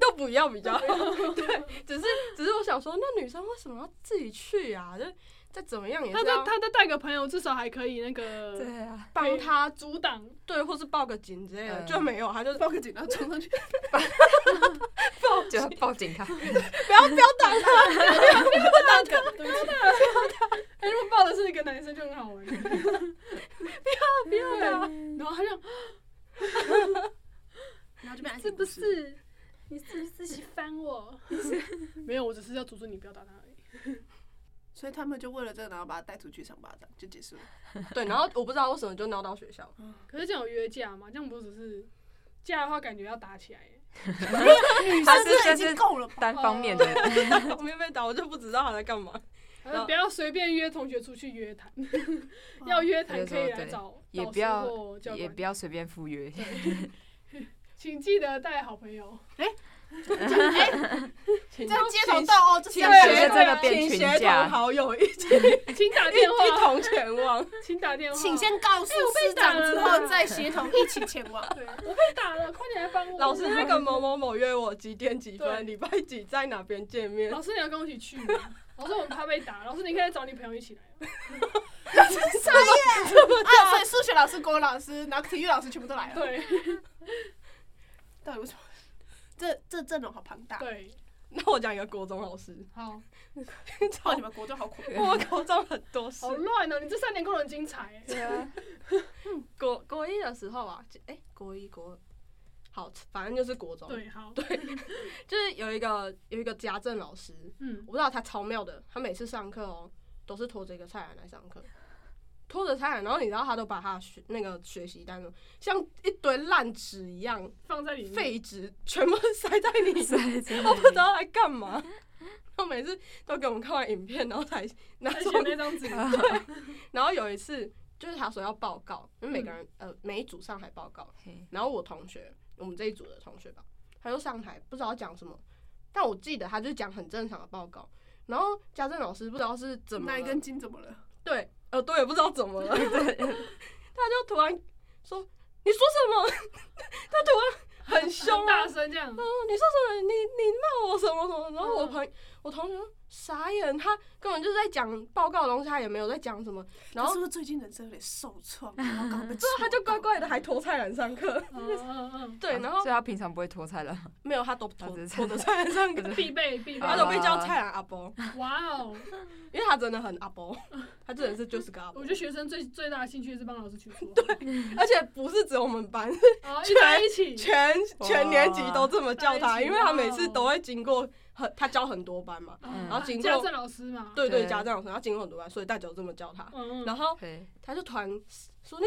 [SPEAKER 4] 都不要比较好。
[SPEAKER 1] 啊
[SPEAKER 4] 对，只是只是我想说，那女生为什么要自己去啊？就再怎么样也
[SPEAKER 2] 他
[SPEAKER 4] 是
[SPEAKER 2] 再
[SPEAKER 3] 啊
[SPEAKER 4] 要
[SPEAKER 2] 他再带个朋友，至少还可以那个
[SPEAKER 1] 对啊，
[SPEAKER 4] 帮他
[SPEAKER 2] 阻挡。
[SPEAKER 4] 对，或是报个警之类的，
[SPEAKER 1] 嗯
[SPEAKER 4] 就没有，他就是
[SPEAKER 3] 报个警，然后冲上去，
[SPEAKER 1] 就要报警他。
[SPEAKER 4] 不要不要打他，
[SPEAKER 2] 大梗，对不起。 *laughs* 哎，如果抱的是一个男生就很好玩。
[SPEAKER 4] 不要打，
[SPEAKER 2] 然后他就
[SPEAKER 3] 然后就变爱
[SPEAKER 2] 是
[SPEAKER 3] 情
[SPEAKER 2] 不
[SPEAKER 3] 故事？
[SPEAKER 2] 是？你是不是喜欢我？ *laughs* 没有，我只是要阻止你不要打他而已。
[SPEAKER 3] 所以他们就为了这个，然后把他带出去赏巴掌，就结束了。
[SPEAKER 4] 对，然后我不知道为什么就闹到学 *laughs* 校，
[SPEAKER 2] 可是这样有约架吗？这样不只是架的话，感觉要打起来耶。
[SPEAKER 1] 他
[SPEAKER 3] 这
[SPEAKER 1] 是
[SPEAKER 3] 已
[SPEAKER 1] 就
[SPEAKER 3] 经
[SPEAKER 1] 是
[SPEAKER 3] 够 *laughs* 了吧？
[SPEAKER 1] 单方面的，
[SPEAKER 4] 我没被打，我就不知道他在干嘛。
[SPEAKER 2] 还
[SPEAKER 4] 然
[SPEAKER 2] 是
[SPEAKER 4] 后
[SPEAKER 2] 呃不要随便约同学出去约 *laughs* 谈，要约谈可以来找
[SPEAKER 1] 哦有时候对也
[SPEAKER 2] 老
[SPEAKER 1] 不
[SPEAKER 2] 师
[SPEAKER 1] 要
[SPEAKER 2] 或教
[SPEAKER 1] 也
[SPEAKER 2] 官
[SPEAKER 1] 不。要随便赴约。
[SPEAKER 2] 请记得带好朋友。
[SPEAKER 3] 哎
[SPEAKER 4] 请
[SPEAKER 3] 在街头斗哦殴，这是
[SPEAKER 4] 请
[SPEAKER 3] 要
[SPEAKER 1] 学
[SPEAKER 4] 协
[SPEAKER 1] 这个变
[SPEAKER 4] 请
[SPEAKER 1] 群
[SPEAKER 4] 协
[SPEAKER 1] 架
[SPEAKER 4] 同好友一起
[SPEAKER 2] 请打
[SPEAKER 1] *laughs*
[SPEAKER 2] 电话，
[SPEAKER 4] 一同前往。
[SPEAKER 2] 请打电话，
[SPEAKER 3] 请先告诉
[SPEAKER 2] 被
[SPEAKER 3] 师
[SPEAKER 2] 打
[SPEAKER 3] 长哎
[SPEAKER 2] 了
[SPEAKER 3] 之后再协同一起前 *laughs* 往。
[SPEAKER 2] 对，我被打了，快点来帮我。
[SPEAKER 4] 老师，那个某某某约我几点几
[SPEAKER 2] 对
[SPEAKER 4] 分，礼拜几在哪边见面？ *laughs*
[SPEAKER 2] 老师你要跟我一起去吗？ *laughs* 老师我们怕被打，老师你可以找你朋友一起来。
[SPEAKER 3] 傻眼！啊，所以数学老师、国文老师，然后体育老师全部都来了。
[SPEAKER 2] 对
[SPEAKER 3] 到底为什么？ *laughs* 这这阵容好庞大。
[SPEAKER 2] 对，
[SPEAKER 4] *laughs* 那我讲一个国中老师，
[SPEAKER 2] 好，
[SPEAKER 3] 操，哦你们国中好苦。
[SPEAKER 4] 我国中很多事
[SPEAKER 2] 好。乱哦，你这三年过得很精彩耶。
[SPEAKER 1] 对啊，
[SPEAKER 4] 国国一的时候啊，哎、国一国二，好，反正就是国中，
[SPEAKER 2] 对，好，
[SPEAKER 4] 就是有一个有一个家政老师，
[SPEAKER 2] 嗯
[SPEAKER 4] 我，不知道他超妙的，他每次上课哦都是拖着一个菜篮来上课，拖着菜篮，然后你知道他都把他的学那个学习单哦像一堆烂纸一样，
[SPEAKER 2] 放在里面。
[SPEAKER 4] 废纸全部 *laughs* 塞在里面，
[SPEAKER 1] 对对
[SPEAKER 4] 我不知道他在干嘛。他每次都给我们看完影片，然后才拿
[SPEAKER 2] 而
[SPEAKER 4] 出
[SPEAKER 2] 且那张纸，
[SPEAKER 4] 然后有一次，就是他说要报告，因为每个人、呃每一组上台报告，
[SPEAKER 1] 嘿
[SPEAKER 4] 然后我同学，我们这一组的同学吧，他就上台不知道讲什么，但我记得他就讲很正常的报告。然后家政老师不知道是怎么
[SPEAKER 3] 哪一
[SPEAKER 4] 了
[SPEAKER 3] 根筋怎么了？
[SPEAKER 4] 对耳朵也不知道怎么了，他就突然说你说什么？ *laughs* 他突然很凶
[SPEAKER 2] 很
[SPEAKER 4] 啊
[SPEAKER 2] 大，声这样嗯
[SPEAKER 4] 他，说你说什么？你你骂我什么什么？然后我朋我同学就傻眼，他根本就是在讲报告的东西，他也没有在讲什么，然
[SPEAKER 3] 他
[SPEAKER 4] 后
[SPEAKER 3] 是不是最近人生有点受创？然后刚好被
[SPEAKER 4] 之后他就乖乖的还拖菜篮上课，
[SPEAKER 2] 嗯嗯
[SPEAKER 4] 对，然后
[SPEAKER 1] 所以他平常不会拖菜了。
[SPEAKER 4] 没有他都拖
[SPEAKER 1] 他只是
[SPEAKER 4] 拖着菜篮上
[SPEAKER 2] *laughs*
[SPEAKER 4] 课， *laughs*
[SPEAKER 2] 嗯，必备必备
[SPEAKER 4] 他，都被叫菜篮阿伯，
[SPEAKER 2] 哇哦！
[SPEAKER 4] 因为他真的很阿伯，他真的是就是个阿伯
[SPEAKER 2] 我觉，得学生最最大的兴趣是帮老师取
[SPEAKER 4] *laughs*
[SPEAKER 2] 书，
[SPEAKER 4] 而且不是只有我们班，
[SPEAKER 2] 啊，一来一起，
[SPEAKER 4] 全
[SPEAKER 1] 哇
[SPEAKER 4] 全年级都这么叫
[SPEAKER 2] 太
[SPEAKER 4] 他，
[SPEAKER 2] 奇
[SPEAKER 4] 因为他
[SPEAKER 2] 妙
[SPEAKER 4] 每次都会经过很他教很多班嘛，
[SPEAKER 2] 嗯
[SPEAKER 1] 然
[SPEAKER 4] 后经过
[SPEAKER 2] 家政老师嘛，
[SPEAKER 4] 对对，
[SPEAKER 1] 对
[SPEAKER 4] 家政老师他经过很多班，所以大家都这么叫他，
[SPEAKER 2] 嗯，嗯
[SPEAKER 4] 然后。
[SPEAKER 1] *laughs* 对，
[SPEAKER 4] 他就突然说你说什么，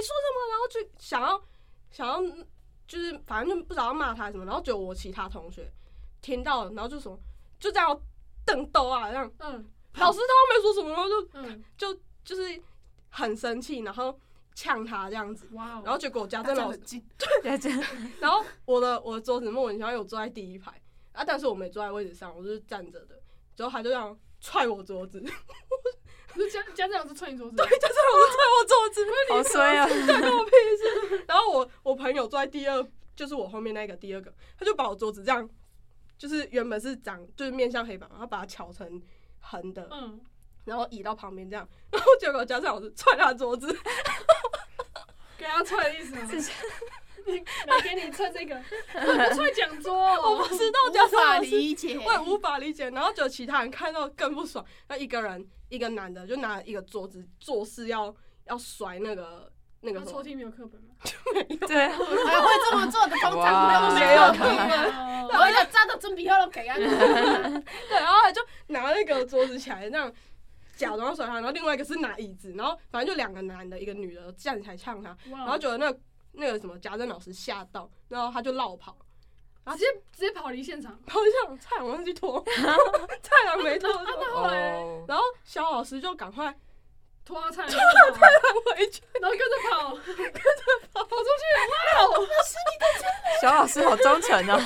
[SPEAKER 4] 然后就想要想要就是反正就不知道要骂他什么，然后就我其他同学听到了，然后就什么就这样瞪斗啊，这样
[SPEAKER 2] 嗯
[SPEAKER 4] 老师他没说什么，然后就
[SPEAKER 2] 嗯，
[SPEAKER 4] 就是很生气，然后呛他这样子。
[SPEAKER 2] 哇哦，
[SPEAKER 4] 然后结果家
[SPEAKER 3] 他真
[SPEAKER 4] 政
[SPEAKER 3] 的
[SPEAKER 4] 老
[SPEAKER 3] 很
[SPEAKER 4] 师，
[SPEAKER 3] 近。
[SPEAKER 1] 对这样
[SPEAKER 4] 然后我的我的桌子莫名其妙有坐在第一排啊，但是我没坐在位置上，我就是站着的。之后他就这样踹我桌子， *laughs* 对，
[SPEAKER 2] 不是家家政老师踹你桌子，
[SPEAKER 4] 就是我踹我桌子，
[SPEAKER 1] 好衰
[SPEAKER 4] *laughs*
[SPEAKER 1] 啊！
[SPEAKER 4] 然后我我朋友坐在第二，就是我后面那个第二个，他就把我桌子这样，就是原本是长就是面向黑板，然后把它敲成横的，
[SPEAKER 2] 嗯，
[SPEAKER 4] 然后移到旁边这样，然后结果加上我是踹他桌子，
[SPEAKER 2] 给他踹的意思吗？ *laughs* 你来给你踹这个，我不踹讲桌哦，
[SPEAKER 4] 我不知道加上老师，
[SPEAKER 3] 解
[SPEAKER 4] 我也无法理解，然后就其他人看到更不爽，那一个人一个男的就拿一个桌子做事要要摔那个那个
[SPEAKER 2] 那
[SPEAKER 4] 什
[SPEAKER 2] 抽
[SPEAKER 4] 么，
[SPEAKER 2] 屉没有课本吗？
[SPEAKER 1] 对啊，
[SPEAKER 3] *laughs* 还哎会这么做的，通常
[SPEAKER 1] 哇
[SPEAKER 3] 没有没有。
[SPEAKER 2] 有
[SPEAKER 3] 哦
[SPEAKER 2] 哦
[SPEAKER 3] 我有站到真比要
[SPEAKER 1] *laughs*
[SPEAKER 3] 给啊！
[SPEAKER 4] 对，然后他就拿那个桌子起来，那样假装甩他，然后另外一个是拿椅子，然后反正就两个男的，一个女的站起来呛他，
[SPEAKER 2] 哇，哦
[SPEAKER 4] 然后觉得那那个什么家政老师吓到，然后他就绕跑，
[SPEAKER 2] 直接直接跑离现场。
[SPEAKER 4] 然后就想菜篮忘记拖，菜篮没拖走，
[SPEAKER 1] *laughs*
[SPEAKER 2] 后来
[SPEAKER 1] 哦，
[SPEAKER 4] 然后小老师就赶快 *laughs*
[SPEAKER 2] 拖到菜，然
[SPEAKER 4] 搬回去，
[SPEAKER 2] 后跟着跑，跟着跑，跑出
[SPEAKER 1] 小老师好忠诚
[SPEAKER 4] *laughs*
[SPEAKER 1] 啊！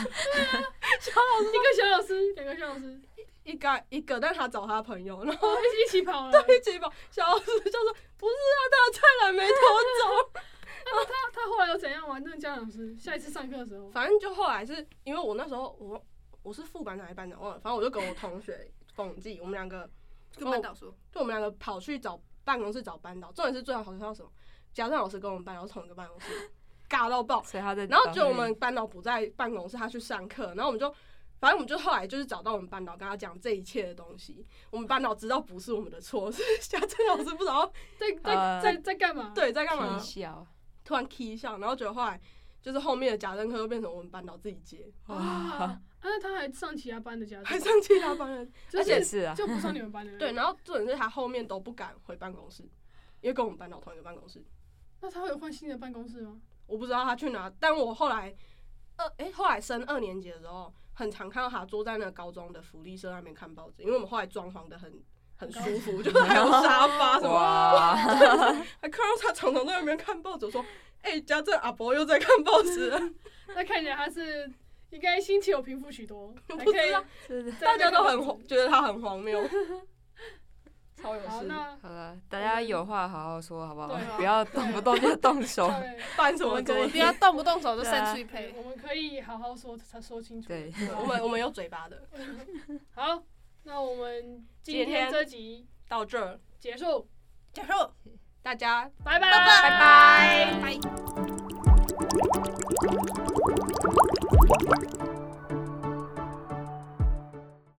[SPEAKER 2] 去一个小老师，两个小老师，
[SPEAKER 4] 一个一个，但他找他朋友，然后
[SPEAKER 2] 哦，一起一起跑了。
[SPEAKER 4] 一起跑，小老师就说不是啊，他的菜篮没拖走，
[SPEAKER 2] 他他后来又怎样玩？那个家样老师？下一次上课的时候，
[SPEAKER 4] *laughs* 反正就后来是因为我那时候我我是副班长还是班长忘了，反正我就跟我同学冯记，我们两个
[SPEAKER 3] 跟班导说，
[SPEAKER 4] 就我们两个跑去找办公室找班导，重点是最好好笑是什么？贾正老师跟我们班导是同一个办公室，尬到
[SPEAKER 1] *laughs*
[SPEAKER 4] 爆。
[SPEAKER 1] 所以他在
[SPEAKER 4] 然
[SPEAKER 1] 当
[SPEAKER 4] 后
[SPEAKER 1] 面，
[SPEAKER 4] 就我们班导不在办公室，他去上课，然后我们就，反正我们就后来就是找到我们班导，跟他讲这一切的东西。我们班导知道不是我们的错， *laughs* 是家政老师不知道
[SPEAKER 2] 在在
[SPEAKER 1] 呃
[SPEAKER 2] 在在干嘛？，
[SPEAKER 4] 对在干嘛
[SPEAKER 1] 挺，小，
[SPEAKER 4] 突然 k 一下，然后觉得后来就是后面的家政课又变成我们班导自己接，
[SPEAKER 2] 啊，那他还上其他班的家
[SPEAKER 4] *laughs* 还
[SPEAKER 2] 长，
[SPEAKER 4] 上其他班人。
[SPEAKER 2] 就
[SPEAKER 1] 而
[SPEAKER 2] 是
[SPEAKER 1] 且是啊，
[SPEAKER 2] 就不上你们班的。
[SPEAKER 4] 对，，然后重点是他后面都不敢回办公室，因为跟我们班导同一个办公室。
[SPEAKER 2] 那他会有换新的办公室吗？
[SPEAKER 4] 我不知道他去哪，但我后来二诶、后来升二年级的时候，很常看到他坐在那个高中的福利社那边看报纸，因为我们后来装潢的很很舒服，就是还有沙发什么，
[SPEAKER 1] 哇，
[SPEAKER 4] 还看到他常常在那边看报纸，我说哎、家政阿伯又在看报纸了， *laughs*
[SPEAKER 2] 那看起来他是应该心情有平复许多，还
[SPEAKER 4] 不
[SPEAKER 2] 可以
[SPEAKER 4] 知道
[SPEAKER 1] 真的
[SPEAKER 2] 在
[SPEAKER 4] 大家都
[SPEAKER 2] 那
[SPEAKER 4] 很
[SPEAKER 2] 个
[SPEAKER 4] 荒觉得他很荒谬，超有
[SPEAKER 2] 好，
[SPEAKER 4] 事， *laughs*
[SPEAKER 2] 那
[SPEAKER 1] 好了，大家有话好好说，好不好
[SPEAKER 2] 对啊？
[SPEAKER 1] 不要动不动就动手。
[SPEAKER 4] 啊
[SPEAKER 2] 对，
[SPEAKER 4] 办什
[SPEAKER 3] 我
[SPEAKER 4] 么
[SPEAKER 3] 们
[SPEAKER 4] 桌
[SPEAKER 3] 可以一定要动不动手就
[SPEAKER 1] 对啊
[SPEAKER 3] 散碎配。
[SPEAKER 2] 我们可以好好说，他说清楚。
[SPEAKER 1] 对，
[SPEAKER 4] 我们我们有嘴巴的，
[SPEAKER 2] 好，那我们今
[SPEAKER 4] 今
[SPEAKER 2] 天
[SPEAKER 4] 天
[SPEAKER 2] 这集
[SPEAKER 4] 到这儿
[SPEAKER 2] 结束，
[SPEAKER 3] 假设
[SPEAKER 4] 大家
[SPEAKER 2] 拜拜，
[SPEAKER 3] 拜
[SPEAKER 2] 拜
[SPEAKER 3] 拜
[SPEAKER 1] 拜。